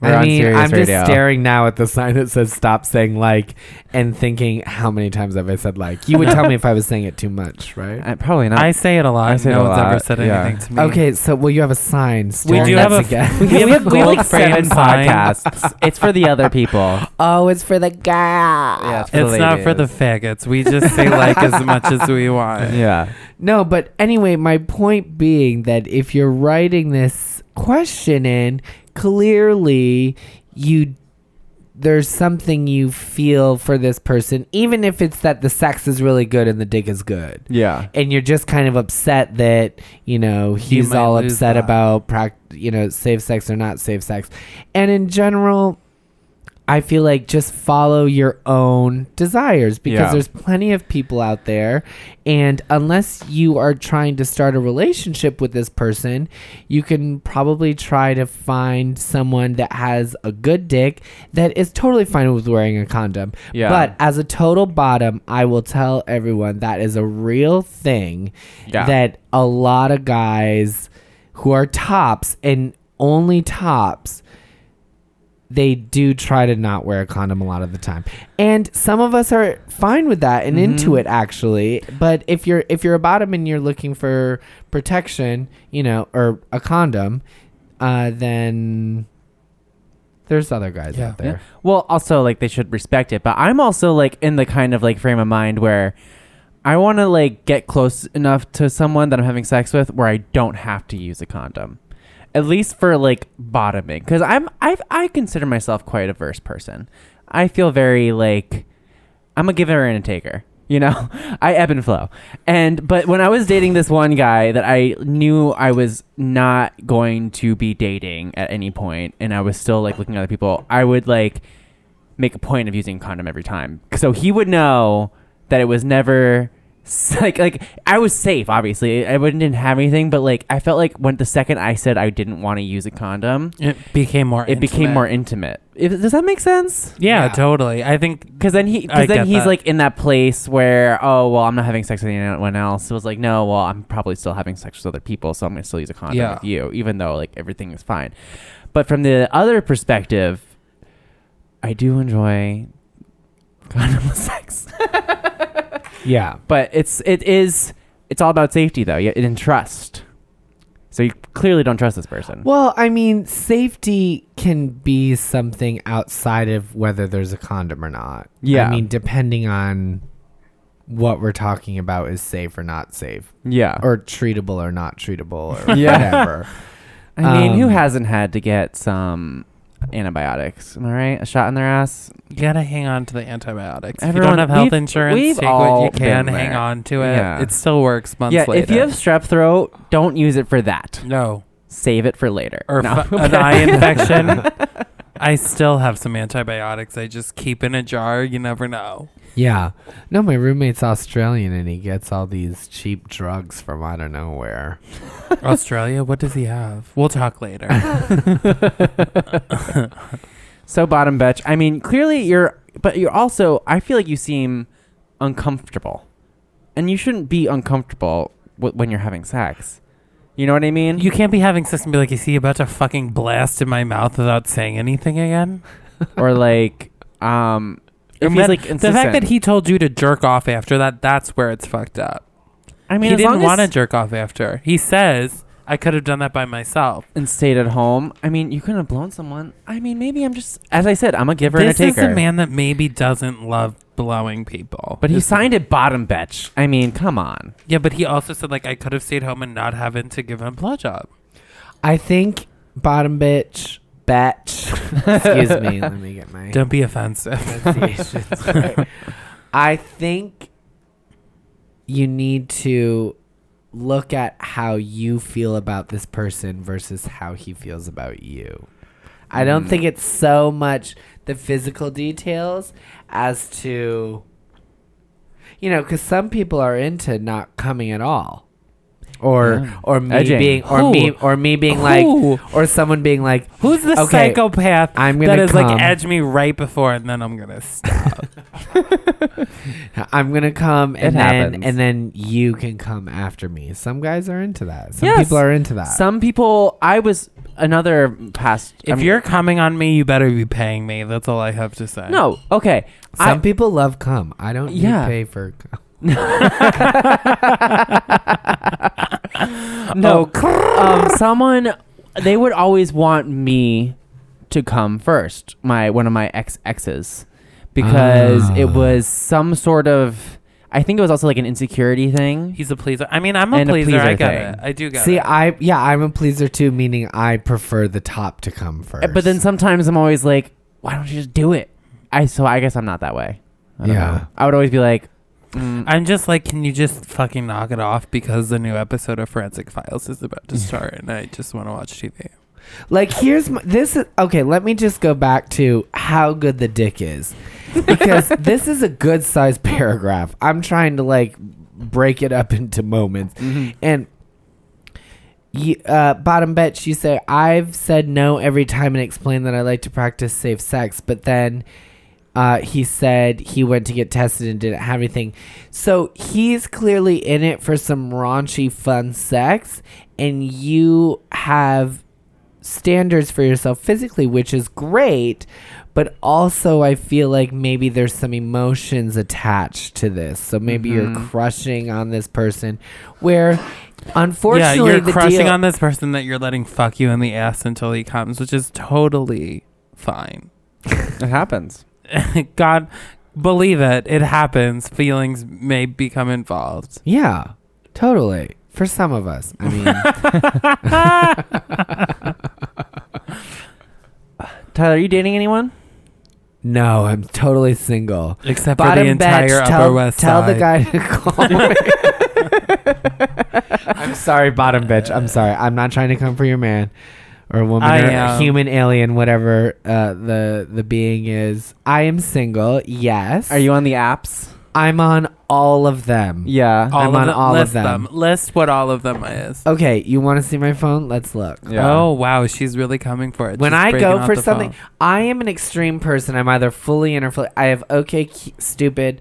Speaker 2: We're
Speaker 3: I
Speaker 2: on
Speaker 3: mean,
Speaker 2: Sirius
Speaker 3: I'm
Speaker 2: Radio.
Speaker 3: just staring now at the sign that says "Stop saying like" and thinking, how many times have I said like? You would tell me if I was saying it too much, right?
Speaker 2: Uh, probably
Speaker 1: *laughs*
Speaker 2: not.
Speaker 1: I say it a lot.
Speaker 2: I say it
Speaker 1: no
Speaker 2: a
Speaker 1: one's ever
Speaker 2: lot,
Speaker 1: said
Speaker 2: yeah.
Speaker 1: anything to me.
Speaker 3: Okay, so well, you have a sign. Staring
Speaker 1: do have
Speaker 3: at
Speaker 1: a-
Speaker 3: us
Speaker 2: *laughs*
Speaker 3: again.
Speaker 1: we have a gold frame sign.
Speaker 2: podcasts. it's for the other people.
Speaker 3: *laughs* oh, it's for the guy.
Speaker 2: Yeah, it's, for the
Speaker 1: It's not for the
Speaker 2: ladies.
Speaker 1: faggots. We just
Speaker 2: *laughs*
Speaker 1: say like as much as we want.
Speaker 2: yeah.
Speaker 3: No, but anyway, my point being that if you're writing this question in, clearly you there's something you feel for this person, even if it's that the sex is really good and the dick is good.
Speaker 4: Yeah.
Speaker 3: And you're just kind of upset that, you know, he's
Speaker 1: might
Speaker 3: all
Speaker 1: lose
Speaker 3: upset
Speaker 1: that.
Speaker 3: about prac- you know, safe sex or not safe sex. And in general, I feel like just follow your own desires because
Speaker 4: Yeah.
Speaker 3: there's plenty of people out there. And unless you are trying to start a relationship with this person, you can probably try to find someone that has a good dick that is totally fine with wearing a condom.
Speaker 4: Yeah.
Speaker 3: But as a total bottom, I will tell everyone that is a real thing
Speaker 4: Yeah.
Speaker 3: that a lot of guys who are tops and only tops they do try to not wear a condom a lot of the time. And some of us are fine with that and into it actually. But if you're if you're a bottom and you're looking for protection, you know, or a condom, uh, then there's other guys
Speaker 1: Yeah.
Speaker 3: out there.
Speaker 2: Well, also like they should respect it, but I'm also like in the kind of like frame of mind where I want to like get close enough to someone that I'm having sex with where I don't have to use a condom. At least for like bottoming cuz I'm I I consider myself quite a verse person. I feel very like I'm a giver and a taker. You know, *laughs* I ebb and flow. And but when I was dating this one guy that I knew I was not going to be dating at any point, and I was still like looking at other people, I would like make a point of using a condom every time, so he would know that it was never s- *laughs* like like I was safe. Obviously, I wouldn't didn't have anything, but like I felt like when the second I said I didn't want to use a condom,
Speaker 1: It became more.
Speaker 2: it became
Speaker 1: intimate.
Speaker 2: more intimate. If, does that make sense?
Speaker 1: Yeah,
Speaker 3: Yeah.
Speaker 1: totally. I think
Speaker 2: Because then he,
Speaker 1: I
Speaker 2: because then
Speaker 1: get
Speaker 2: he's
Speaker 1: that.
Speaker 2: like in that place where, oh well, I'm not having sex with anyone else. It was like, no, well, I'm probably still having sex with other people, so I'm gonna still use a condom
Speaker 1: Yeah.
Speaker 2: with you, even though like everything is fine. But from the other perspective, I do enjoy condom sex,
Speaker 3: Yeah.
Speaker 2: *laughs* but it's it is it's all about safety though, yeah, and trust. So you clearly don't trust this person.
Speaker 3: Well, I mean, safety can be something outside of whether there's a condom or not.
Speaker 2: Yeah.
Speaker 3: I mean, depending on what we're talking about is safe or not safe,
Speaker 4: Yeah.
Speaker 3: or treatable or not treatable, or
Speaker 4: Yeah.
Speaker 3: whatever.
Speaker 2: I mean, who
Speaker 3: um,
Speaker 2: hasn't had to get some antibiotics? Am I right? A shot in their ass.
Speaker 1: you gotta hang on to the antibiotics. if you
Speaker 2: Everyone-
Speaker 1: don't have health
Speaker 2: we've-
Speaker 1: insurance,
Speaker 2: we've
Speaker 1: take
Speaker 2: all
Speaker 1: what you can.
Speaker 2: been
Speaker 1: Hang
Speaker 2: there.
Speaker 1: on to it.
Speaker 2: Yeah.
Speaker 1: It still works months
Speaker 2: yeah,
Speaker 1: later.
Speaker 2: if you have strep throat, don't use it for that.
Speaker 1: no
Speaker 2: Save it for later.
Speaker 1: or
Speaker 2: No.
Speaker 1: *laughs* fu- an eye *laughs* infection, I still have some antibiotics. I just keep in a jar. You never know.
Speaker 3: Yeah. No, my roommate's Australian and he gets all these cheap drugs from I don't know where.
Speaker 1: Australia, what does he have? We'll talk later.
Speaker 2: so bottom bitch. I mean, clearly you're, but you're also. I feel like you seem uncomfortable, and you shouldn't be uncomfortable w- when you're having sex. You know what I
Speaker 1: *laughs*
Speaker 2: mean?
Speaker 1: You can't be having sex and be like, "Is he about to fucking blast in my mouth without saying anything again?"
Speaker 2: or like, um, if
Speaker 1: And
Speaker 2: he's
Speaker 1: then
Speaker 2: like
Speaker 1: The fact that
Speaker 2: insistent.
Speaker 1: he told you to jerk off after that, that's where it's fucked up.
Speaker 2: I mean,
Speaker 1: he
Speaker 2: as
Speaker 1: didn't
Speaker 2: long as-
Speaker 1: want to jerk off after. He says, I could have done that by myself.
Speaker 2: and stayed at home. I mean, you couldn't have blown someone. I mean, maybe I'm just, as I said, I'm a giver
Speaker 1: This
Speaker 2: and a
Speaker 1: is
Speaker 2: taker.
Speaker 1: a man that maybe doesn't love blowing people.
Speaker 2: but he
Speaker 1: This-
Speaker 2: signed it bottom bitch. I mean, come on.
Speaker 1: Yeah, but he also said, like, I could have stayed home and not having to give him a blowjob.
Speaker 3: I think bottom bitch, batch. Excuse me. Let me get my.
Speaker 1: Don't be offensive.
Speaker 3: pronunciations. *laughs* I think you need to look at how you feel about this person versus how he feels about you. I don't
Speaker 1: Mm.
Speaker 3: think it's so much the physical details as to, you know, because some people are into not coming at all. Or
Speaker 2: Yeah.
Speaker 3: or me
Speaker 2: Edging.
Speaker 3: being or
Speaker 1: Who?
Speaker 3: me or
Speaker 1: *laughs*
Speaker 3: me being
Speaker 1: Who?
Speaker 3: like or someone being like
Speaker 1: Who's the
Speaker 3: Okay,
Speaker 1: psychopath
Speaker 3: I'm gonna
Speaker 1: that is
Speaker 3: come.
Speaker 1: like edge me right before and then I'm gonna
Speaker 3: *laughs*
Speaker 1: stop?
Speaker 3: I'm gonna come and then
Speaker 2: happens.
Speaker 3: and then you can come after me. Some guys are into that. Some
Speaker 2: Yes.
Speaker 3: people are into that.
Speaker 2: Some people, I was, another past.
Speaker 1: If
Speaker 2: I'm-
Speaker 1: you're coming on me, you better be paying me. That's all I have to say.
Speaker 2: uh, no okay, I-
Speaker 3: Some people love cum. I don't need
Speaker 2: Yeah.
Speaker 3: pay for cum.
Speaker 2: *laughs* *laughs*
Speaker 3: Oh,
Speaker 2: no,
Speaker 3: *laughs*
Speaker 1: Oh.
Speaker 2: um, someone they would always want me to come first. My one of my ex exes, because it
Speaker 3: Ah.
Speaker 2: was some sort of. I think it was also like an insecurity thing.
Speaker 1: He's a pleaser. I mean, I'm a,
Speaker 2: And a
Speaker 1: pleaser. I
Speaker 2: pleaser
Speaker 1: get
Speaker 2: thing.
Speaker 1: it. I do get
Speaker 3: See,
Speaker 1: it.
Speaker 3: I yeah, I'm a pleaser too, meaning I prefer the top to come first.
Speaker 2: Eh, Uh, But then sometimes I'm always like, why don't you just do it? I so I guess I'm not that way. I don't
Speaker 3: Yeah.
Speaker 2: know. I would always be like, mm,
Speaker 1: I'm just like, can you just fucking knock it off because the new episode of Forensic Files is about to start and I just want to watch TV.
Speaker 3: Like here's my, this is okay. Let me just go back to how good the dick is,
Speaker 2: *laughs*
Speaker 3: because this is a good sized paragraph. I'm trying to like break it up into moments,
Speaker 2: mm-hmm.
Speaker 3: *laughs* and you, uh, bottom bitch, you say I've said no every time and explained that I like to practice safe sex, but then uh, he said he went to get tested and didn't have anything. So he's clearly in it for some raunchy fun sex, and you have standards for yourself physically, which is great. But also, I feel like maybe there's some emotions attached to this. So maybe you're crushing on this person, where
Speaker 1: yeah,
Speaker 3: unfortunately,
Speaker 1: you're
Speaker 3: the
Speaker 1: crushing
Speaker 3: deal-
Speaker 1: on this person that you're letting fuck you in the ass until he comes, which is totally fine.
Speaker 2: it happens.
Speaker 1: *laughs* God, believe it. It happens. Feelings may become involved.
Speaker 3: Yeah, totally. For some of us, I
Speaker 1: *laughs*
Speaker 3: mean,
Speaker 2: Tyler, are you dating anyone?
Speaker 3: no, I'm totally single.
Speaker 1: Except for
Speaker 3: Bottom
Speaker 1: the entire
Speaker 3: bitch,
Speaker 1: Upper
Speaker 3: tell,
Speaker 1: West
Speaker 3: tell the
Speaker 1: Side.
Speaker 3: guy to call me. *laughs* I'm sorry, bottom bitch. I'm sorry. I'm not trying to come for your man or woman
Speaker 1: I
Speaker 3: or
Speaker 1: am.
Speaker 3: human alien, whatever uh, the the being is. I am single. Yes.
Speaker 2: Are you on the apps?
Speaker 3: I'm on all of them.
Speaker 2: Yeah.
Speaker 1: All
Speaker 3: I'm
Speaker 1: of
Speaker 3: on
Speaker 1: them-
Speaker 3: all of
Speaker 1: list
Speaker 3: them.
Speaker 1: List what all of them is.
Speaker 3: Okay, you want to see my phone? Let's look.
Speaker 2: Yeah.
Speaker 1: Oh wow, she's really coming for it.
Speaker 3: when
Speaker 1: She's
Speaker 3: I
Speaker 1: breaking
Speaker 3: go
Speaker 1: out
Speaker 3: for
Speaker 1: the
Speaker 3: something,
Speaker 1: phone.
Speaker 3: I am an extreme person. I'm either fully in or fully. I have okay, cu- stupid,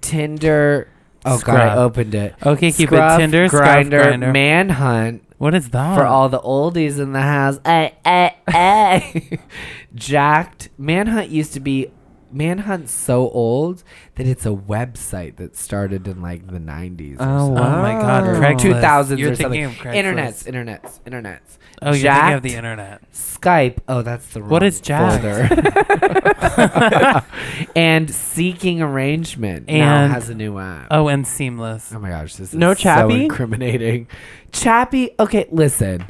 Speaker 3: Tinder. Oh god, I
Speaker 1: Scrub.
Speaker 3: opened it.
Speaker 1: Okay, keep it.
Speaker 3: Scruff,
Speaker 1: Tinder,
Speaker 3: grinder,
Speaker 1: grinder, grinder. Oh.
Speaker 3: manhunt
Speaker 1: what is that?
Speaker 3: for all the oldies in the house. Ay, ay, ay. *laughs* Jacked manhunt used to be. Manhunt's so old that it's a website that started in like the 90s. or
Speaker 2: Oh,
Speaker 1: Oh
Speaker 3: something.
Speaker 1: my God,
Speaker 2: Wow.
Speaker 1: Craigslist.
Speaker 3: 2000s
Speaker 1: You're
Speaker 3: or something.
Speaker 1: thinking of Craigslist.
Speaker 3: Internets, internets, internets.
Speaker 1: Oh, you're thinking
Speaker 3: Jacked.
Speaker 1: of the internet.
Speaker 3: Skype. Oh, that's the wrong
Speaker 1: What is Jacked? *laughs*
Speaker 3: folder. *laughs* and seeking arrangement now
Speaker 1: And-
Speaker 3: has a new app.
Speaker 1: Oh, and seamless.
Speaker 3: Oh my gosh, this is
Speaker 2: No
Speaker 3: so
Speaker 2: Chappie?
Speaker 3: incriminating. Chappie, okay, listen.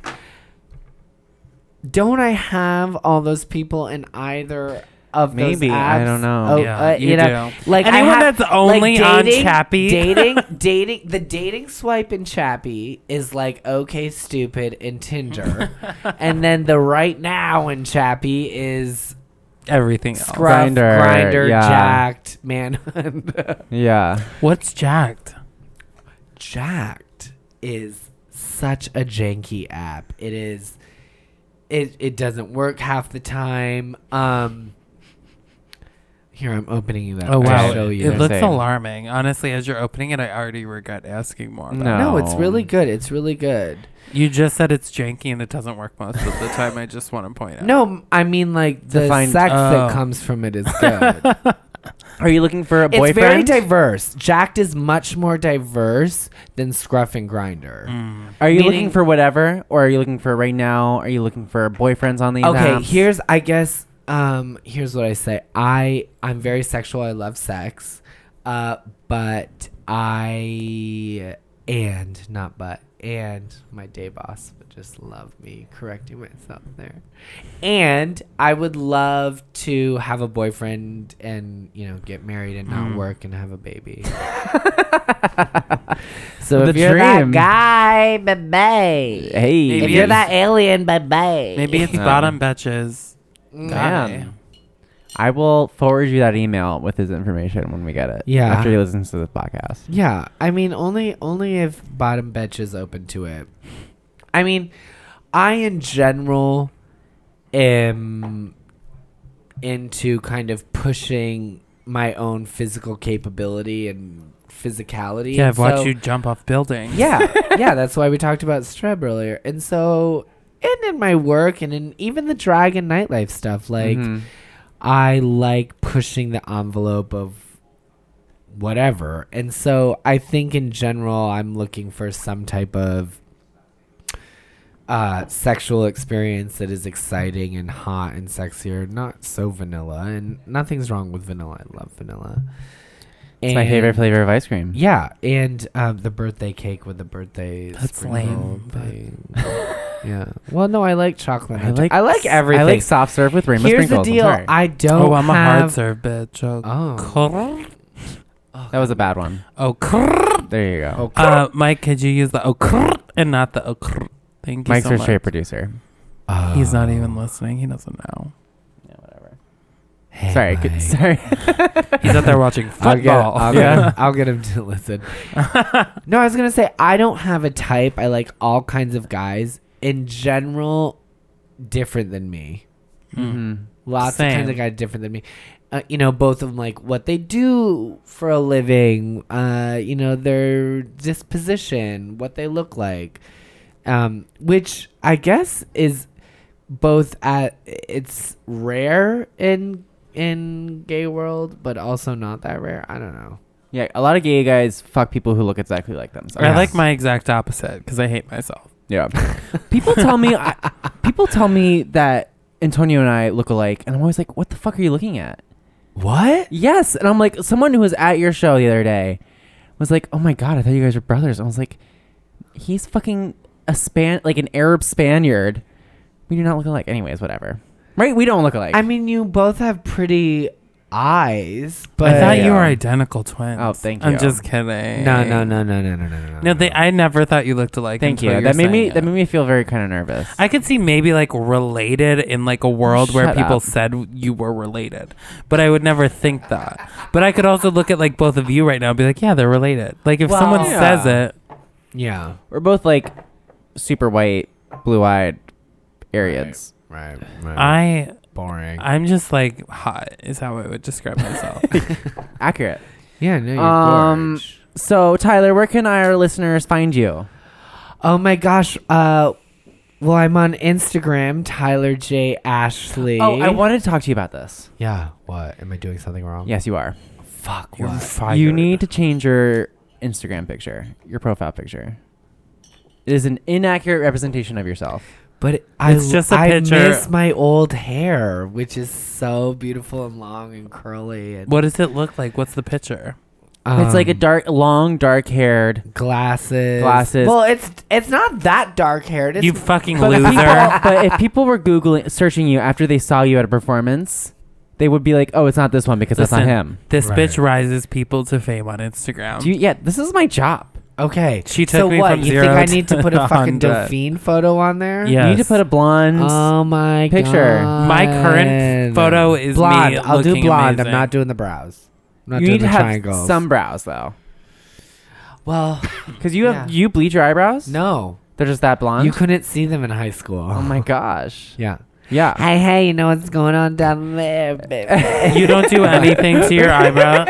Speaker 3: Don't I have all those people in either of those
Speaker 2: Maybe, I
Speaker 3: apps?
Speaker 2: don't know.
Speaker 3: Oh,
Speaker 1: Yeah,
Speaker 3: uh,
Speaker 1: you
Speaker 3: you know,
Speaker 1: do.
Speaker 3: like I
Speaker 1: Anyone
Speaker 3: have-
Speaker 1: that's only on Chappie? *laughs*
Speaker 3: dating, dating, the dating swipe in Chappie is like okay, stupid
Speaker 1: *laughs*
Speaker 3: in Tinder, and then the right now in Chappie is
Speaker 1: Everything else.
Speaker 3: scruff, grinder,
Speaker 2: Grindr, yeah.
Speaker 3: jacked, manhunt. *laughs*
Speaker 2: Yeah.
Speaker 1: What's jacked?
Speaker 3: Jacked is such a janky app. It is it it doesn't work half the time. Um here I'm opening you that.
Speaker 1: Oh
Speaker 3: to
Speaker 1: wow,
Speaker 3: show
Speaker 1: it,
Speaker 3: you.
Speaker 1: looks
Speaker 2: Interesting.
Speaker 1: alarming. Honestly, as you're opening it, I already regret asking more. About
Speaker 2: No.
Speaker 1: it.
Speaker 3: no, it's really good. It's really good.
Speaker 1: You just said it's janky and it doesn't work most of the time. I just want to point out.
Speaker 3: No, m- I mean like the
Speaker 2: Defined-
Speaker 3: sex that
Speaker 1: oh.
Speaker 3: comes
Speaker 1: *laughs*
Speaker 3: from it is good.
Speaker 2: Are you looking for a boyfriend?
Speaker 3: it's very diverse. Jacked is much more diverse than Scruff and
Speaker 1: Mm.
Speaker 3: Grinder.
Speaker 2: Are you
Speaker 3: Meaning-
Speaker 2: looking for whatever, or are you looking for right now? Are you looking for boyfriends on these
Speaker 1: um,
Speaker 3: okay
Speaker 2: apps?
Speaker 3: here's i guess um here's what i say i i'm very sexual i love sex uh but i and not but and my day boss would just love me correcting myself there and i would love to have a boyfriend and you know get married and
Speaker 1: Mm.
Speaker 3: not work and have
Speaker 1: *laughs*
Speaker 3: a baby so
Speaker 2: The
Speaker 3: if you're
Speaker 2: dream.
Speaker 3: that guy baby
Speaker 2: Hey,
Speaker 1: Maybe
Speaker 3: if you're
Speaker 1: it's-
Speaker 3: that alien Mm-hmm. baby
Speaker 1: maybe it's
Speaker 2: No.
Speaker 1: bottom bitches.
Speaker 2: Man.
Speaker 1: Guy.
Speaker 2: I will forward you that email with his information when we get it.
Speaker 3: Yeah.
Speaker 2: After he listens to this podcast.
Speaker 3: Yeah, I mean only only if bottom bitch is open to it. I mean, I in general am into kind of pushing my own physical capability and physicality.
Speaker 1: Yeah,
Speaker 3: and *laughs*
Speaker 1: I've watched
Speaker 3: so-
Speaker 1: you jump off buildings.
Speaker 3: Yeah, yeah, that's why we talked about Streb earlier. And so and in my work and in even the drag and nightlife stuff.
Speaker 1: Mm-hmm.
Speaker 3: Like
Speaker 2: Mhm.
Speaker 3: I like pushing the envelope of whatever. And so I think in general, I'm looking for some type of uh, sexual experience that is exciting and hot and sexier, not so vanilla. And nothing's wrong with vanilla. I love vanilla.
Speaker 2: it's my favorite
Speaker 3: And-
Speaker 2: flavor of ice cream.
Speaker 3: Yeah, and um, the birthday cake with the birthday.
Speaker 1: That's
Speaker 3: sprinkle
Speaker 1: lame, but-
Speaker 3: thing. yeah. Well, no, I like chocolate.
Speaker 2: I like
Speaker 3: I
Speaker 2: s-
Speaker 3: like everything.
Speaker 2: I like soft serve with rainbow
Speaker 3: Here's the
Speaker 2: sprinkles.
Speaker 3: deal.
Speaker 2: I'm sorry.
Speaker 3: I
Speaker 1: *laughs*
Speaker 3: don't.
Speaker 1: Oh, I'm a hard
Speaker 3: have,
Speaker 1: serve bitch. Oh,
Speaker 3: Oh.
Speaker 1: crrr.
Speaker 2: that was a bad one.
Speaker 1: oh, crrr.
Speaker 2: There you go.
Speaker 3: Oh,
Speaker 1: Uh, Mike, could you use the oh crrr and not the oh crrr? Thank you
Speaker 2: Mike's
Speaker 1: so
Speaker 2: our
Speaker 1: much.
Speaker 2: straight producer.
Speaker 3: Oh.
Speaker 1: He's not even listening. He doesn't
Speaker 3: *laughs*
Speaker 1: know.
Speaker 2: Yeah, whatever. Mm-hmm.
Speaker 3: Hey,
Speaker 2: sorry, *laughs* could-
Speaker 3: Mike.
Speaker 2: sorry.
Speaker 1: He's out there watching
Speaker 3: I'll
Speaker 1: *laughs*
Speaker 3: get,
Speaker 1: football. *laughs* Mm.
Speaker 3: I'll, get him, I'll get him to listen. no, I was gonna say I don't have a type. I like all kinds of guys in general, different than me. Mm-hmm.
Speaker 1: Mm.
Speaker 2: Mhm.
Speaker 3: Lots of kinds
Speaker 1: Same.
Speaker 3: of guys different than me. Uh, you know, both of them like what they do for a living. Uh, you know, their disposition, what they look like, um, which I guess is both at it's rare in in gay world, but also not that rare. I don't know.
Speaker 2: Yeah, a lot of gay guys fuck people who look exactly like them. So
Speaker 1: I like my exact opposite because I hate myself.
Speaker 2: Yeah.
Speaker 1: *laughs*
Speaker 2: people tell me I, people tell me that Antonio and I look alike, and I'm always like, "What the fuck are you looking at?"
Speaker 3: What?
Speaker 2: Yes, and I'm like, someone who was at your show the other day was like, "Oh my god, I thought you guys were brothers." I was like, "He's fucking a span like an Arab Spaniard. We do not look alike." Anyways, whatever. Right? We don't look alike.
Speaker 3: I mean, you both have pretty eyes, but
Speaker 1: I thought you
Speaker 2: Yeah.
Speaker 1: were identical twins.
Speaker 2: Oh, thank you.
Speaker 1: I'm just kidding.
Speaker 3: no, no, no, no, no, no, no, no.
Speaker 1: No, they. I never thought you looked alike.
Speaker 2: Thank
Speaker 1: until
Speaker 2: you.
Speaker 1: were
Speaker 2: That made me
Speaker 1: saying
Speaker 2: that
Speaker 1: it.
Speaker 2: made me feel very kind of nervous.
Speaker 1: I could see maybe like related in like a world where
Speaker 2: Shut
Speaker 1: people
Speaker 2: up.
Speaker 1: said you were related, but I would never think that. But I could also look at like both of you right now and be like, yeah, they're related. Like if someone
Speaker 2: Well,
Speaker 1: says
Speaker 3: yeah.
Speaker 1: it,
Speaker 3: yeah,
Speaker 2: we're both like super white, blue-eyed Aryans.
Speaker 3: right, right.
Speaker 1: I
Speaker 3: boring.
Speaker 1: I'm just like hot is how I would describe
Speaker 2: *laughs*
Speaker 1: myself.
Speaker 2: Accurate.
Speaker 3: yeah, no, you're
Speaker 2: Um,
Speaker 3: gorge.
Speaker 2: So, Tyler, where can our listeners find you?
Speaker 3: Oh my gosh. Uh, well, I'm on Instagram, Tyler J Ashley.
Speaker 2: Oh, I wanted to talk to you about this.
Speaker 3: Yeah. What? Am I doing something wrong?
Speaker 2: Yes, you are.
Speaker 3: Fuck.
Speaker 1: You're
Speaker 3: what?
Speaker 1: fired.
Speaker 2: You need to change your Instagram picture, your profile picture. It is an inaccurate representation of yourself.
Speaker 3: But I,
Speaker 1: It's just a
Speaker 3: I
Speaker 1: picture.
Speaker 3: miss my old hair, which is so beautiful and long and curly. And,
Speaker 1: What does it look like? What's the picture?
Speaker 2: it's like a
Speaker 3: um,
Speaker 2: dark, long, dark-haired.
Speaker 3: glasses.
Speaker 2: Glasses.
Speaker 3: Well, it's it's not that dark haired. It's
Speaker 1: you fucking
Speaker 2: But if, people,
Speaker 1: loser.
Speaker 2: but if people were googling, searching you after they saw you at a performance, they would be like, "Oh, it's not this one because that's
Speaker 1: Listen.
Speaker 2: not him."
Speaker 1: this
Speaker 3: Right.
Speaker 1: bitch rises people to fame on Instagram.
Speaker 2: Do you, yeah, this is my job.
Speaker 3: okay.
Speaker 1: She took
Speaker 3: so
Speaker 1: me
Speaker 3: what?
Speaker 1: from
Speaker 3: you
Speaker 1: zero
Speaker 3: think I
Speaker 1: to
Speaker 3: need to
Speaker 1: *laughs*
Speaker 3: put a
Speaker 1: 100.
Speaker 3: fucking Dauphine photo on there?
Speaker 1: Yeah.
Speaker 2: You need to
Speaker 1: Yes.
Speaker 2: put a blonde.
Speaker 3: Oh my
Speaker 2: Picture.
Speaker 3: God.
Speaker 1: My current photo is me
Speaker 3: blonde. I'll do
Speaker 1: looking
Speaker 3: blonde. I'm
Speaker 1: amazing.
Speaker 3: not doing the brows. I'm not
Speaker 2: you
Speaker 3: doing
Speaker 2: need to
Speaker 3: the
Speaker 2: have
Speaker 3: triangles.
Speaker 2: some brows though,
Speaker 3: Well,
Speaker 2: because you have
Speaker 3: Yeah.
Speaker 2: you bleach your eyebrows.
Speaker 3: no,
Speaker 2: they're just that blonde.
Speaker 3: you couldn't see them in high school.
Speaker 2: oh
Speaker 3: *laughs*
Speaker 2: my gosh.
Speaker 3: Yeah.
Speaker 2: Yeah.
Speaker 3: Hey, hey, you know what's going on down there, baby?
Speaker 1: you don't
Speaker 2: *laughs*
Speaker 1: do anything to your eyebrow.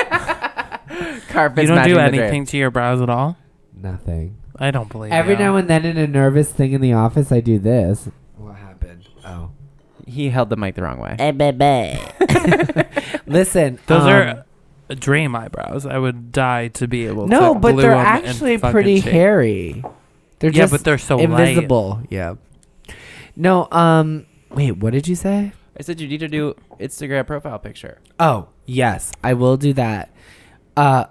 Speaker 2: Carpet.
Speaker 1: you don't do anything to your brows at all.
Speaker 3: *laughs* Nothing.
Speaker 1: I don't believe
Speaker 3: Every
Speaker 1: you.
Speaker 3: now and then, in a nervous thing in the office, I do this. What happened? Oh.
Speaker 2: He held the mic the wrong way.
Speaker 5: Hey,
Speaker 3: Eh.
Speaker 5: baby.
Speaker 3: *laughs* Listen,
Speaker 1: Those
Speaker 3: um,
Speaker 1: are uh, dream eyebrows. I would die to be able.
Speaker 3: no,
Speaker 1: to
Speaker 3: but
Speaker 1: glue
Speaker 3: they're
Speaker 1: 'em and
Speaker 3: actually
Speaker 1: fucking
Speaker 3: pretty
Speaker 1: shape.
Speaker 3: hairy. They're
Speaker 1: Yeah,
Speaker 3: just
Speaker 1: but they're so Light.
Speaker 3: invisible. Yeah. No. Um. Wait. What did you say?
Speaker 2: I said you need to do Instagram profile picture.
Speaker 3: Oh yes, I will do that. Uh.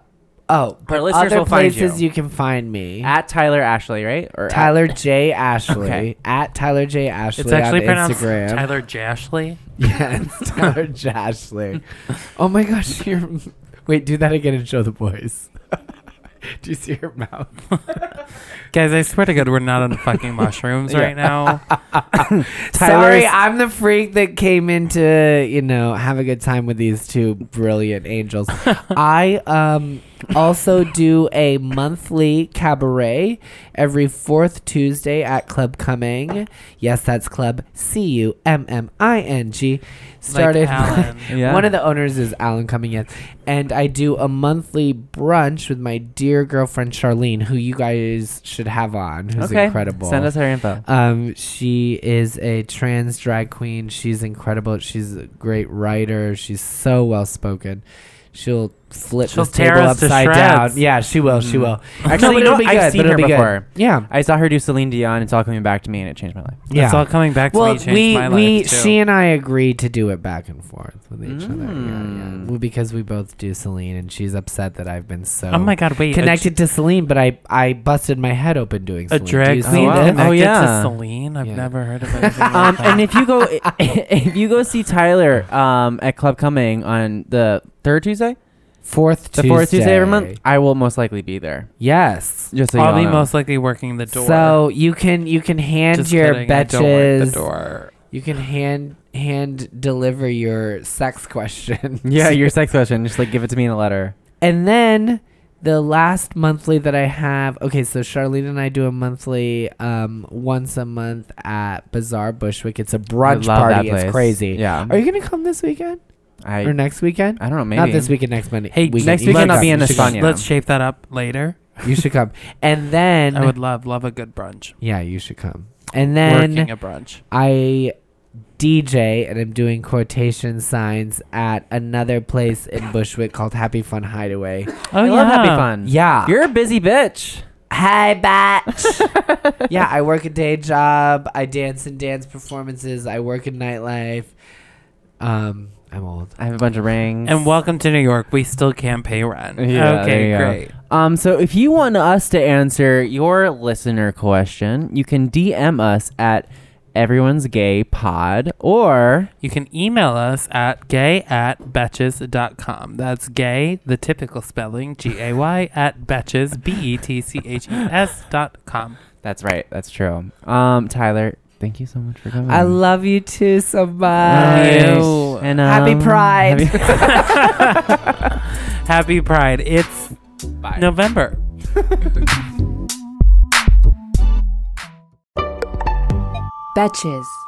Speaker 3: Oh, but
Speaker 2: listeners
Speaker 3: other
Speaker 2: will find
Speaker 3: places
Speaker 2: you.
Speaker 3: you. can find me
Speaker 2: At Tyler Ashley, right? Or at-
Speaker 3: Tyler J Ashley
Speaker 2: Okay.
Speaker 3: at Tyler J Ashley.
Speaker 1: It's actually
Speaker 3: on
Speaker 1: pronounced
Speaker 3: Instagram.
Speaker 1: Tyler Jashley.
Speaker 3: *laughs* yeah, it's Tyler J *laughs* Ashley. Oh my gosh, your wait, do that again and show the boys. *laughs* do you see her mouth?
Speaker 1: Guys, I swear to God, we're not on
Speaker 3: *laughs*
Speaker 1: fucking mushrooms
Speaker 2: Yeah.
Speaker 1: right now.
Speaker 3: Sorry,
Speaker 2: Tyler's-
Speaker 3: I'm the freak that came in to, you know, have a good time with these two
Speaker 2: *laughs*
Speaker 3: brilliant angels. I um also do a monthly cabaret every fourth Tuesday at Club Cumming. Yes, that's Club C U M M I N G. Started
Speaker 1: Like
Speaker 3: *laughs*
Speaker 1: Alan.
Speaker 2: Yeah.
Speaker 3: One of the owners is Alan Cumming, yes. And I do a monthly brunch with my dear dear girlfriend Charlene, who you guys should have on, who's
Speaker 2: okay.
Speaker 3: incredible.
Speaker 2: Send us her info.
Speaker 3: Um, she is a trans drag queen. She's incredible. She's a great writer. She's so well spoken. She'll flip
Speaker 1: She'll
Speaker 3: this
Speaker 1: tear
Speaker 3: table
Speaker 1: us to
Speaker 3: upside
Speaker 1: shreds.
Speaker 3: down. Yeah, she will. She
Speaker 1: Mm.
Speaker 3: will.
Speaker 1: *laughs*
Speaker 2: Actually,
Speaker 3: Actually,
Speaker 2: you know
Speaker 3: it'll be
Speaker 2: what?
Speaker 3: good.
Speaker 2: I've seen
Speaker 3: but
Speaker 2: her
Speaker 3: it'll be
Speaker 2: before.
Speaker 3: good. Yeah,
Speaker 2: I saw her do Celine Dion. It's all coming back to me, and it changed my
Speaker 3: *laughs*
Speaker 2: life.
Speaker 3: yeah.
Speaker 1: It's all coming back to
Speaker 3: well,
Speaker 1: me. Changed
Speaker 3: we
Speaker 1: my
Speaker 3: we
Speaker 1: life too.
Speaker 3: she and I agreed to do it back and forth with each other. Yeah,
Speaker 2: Mm.
Speaker 3: yeah. Well, because we both do Celine, and she's upset that I've been so
Speaker 1: oh my god! Wait, a
Speaker 3: connected to Celine, but I I busted my head open doing
Speaker 1: a
Speaker 3: Celine. Do
Speaker 1: drag
Speaker 3: you see
Speaker 1: queen
Speaker 2: wow.
Speaker 3: this?
Speaker 1: connected
Speaker 2: Oh, yeah.
Speaker 1: to Celine. I've
Speaker 3: Yeah.
Speaker 1: never heard
Speaker 3: *laughs*
Speaker 1: of anything like
Speaker 2: um,
Speaker 1: that.
Speaker 2: and if you go, *laughs* if you go see Tyler um, at Club Coming on the third Tuesday,
Speaker 3: Fourth
Speaker 2: the
Speaker 3: Tuesday.
Speaker 2: fourth Tuesday every month, I will most likely be there.
Speaker 3: Yes.
Speaker 2: Just so
Speaker 1: I'll
Speaker 2: you
Speaker 1: be
Speaker 2: know.
Speaker 1: most likely working the door.
Speaker 3: So you can you can hand
Speaker 1: Just
Speaker 3: your
Speaker 1: kidding, I don't work the
Speaker 3: betches.
Speaker 1: door.
Speaker 3: You can hand hand deliver your sex *laughs* question.
Speaker 2: *laughs* yeah, your sex question. Just like give it to me in a letter.
Speaker 3: *laughs* And then the last monthly that I have, okay, so Charlene and I do a monthly um, once a month at Bazaar Bushwick. It's a
Speaker 2: I
Speaker 3: brunch
Speaker 2: love that
Speaker 3: party. It's
Speaker 2: place.
Speaker 3: crazy.
Speaker 2: Yeah.
Speaker 3: Are you gonna come this weekend
Speaker 2: I,
Speaker 3: or next weekend?
Speaker 2: I don't know. Maybe
Speaker 3: Not this weekend, next Monday.
Speaker 1: Hey,
Speaker 2: next
Speaker 3: You should
Speaker 2: weekend I'll
Speaker 3: come.
Speaker 2: be in
Speaker 3: You should come.
Speaker 2: España.
Speaker 1: Let's shape that up later.
Speaker 3: You should come. And then
Speaker 1: I would love love a good brunch.
Speaker 3: yeah, you should come. And then
Speaker 1: Working a brunch.
Speaker 3: I DJ and I'm doing quotation signs at another place in Bushwick called Happy Fun Hideaway.
Speaker 1: Oh
Speaker 2: I love Happy Fun.
Speaker 3: Yeah.
Speaker 2: Mm. You're a busy bitch.
Speaker 3: Hi, bitch.
Speaker 2: *laughs*
Speaker 3: yeah, I work a day job. I dance in dance performances. I work in nightlife. Um, I'm old.
Speaker 2: I have a bunch of rings.
Speaker 1: And welcome to New York. We still can't pay rent.
Speaker 2: Yeah, there
Speaker 1: okay,
Speaker 2: you go.
Speaker 1: great.
Speaker 2: Um, so if you want us to answer your listener question, you can DM us at everyone's gay pod or
Speaker 1: You can email us at gay at betches.com. That's gay, the typical spelling, G A Y, at betches, B E T C H E S dot com.
Speaker 2: that's right, that's true. Um, Tyler, thank you so much for coming.
Speaker 3: I love you too so much.
Speaker 1: Love you.
Speaker 2: And,
Speaker 3: Happy
Speaker 2: um,
Speaker 3: Pride.
Speaker 2: happy-
Speaker 1: Happy Pride. It's November.
Speaker 5: Betches.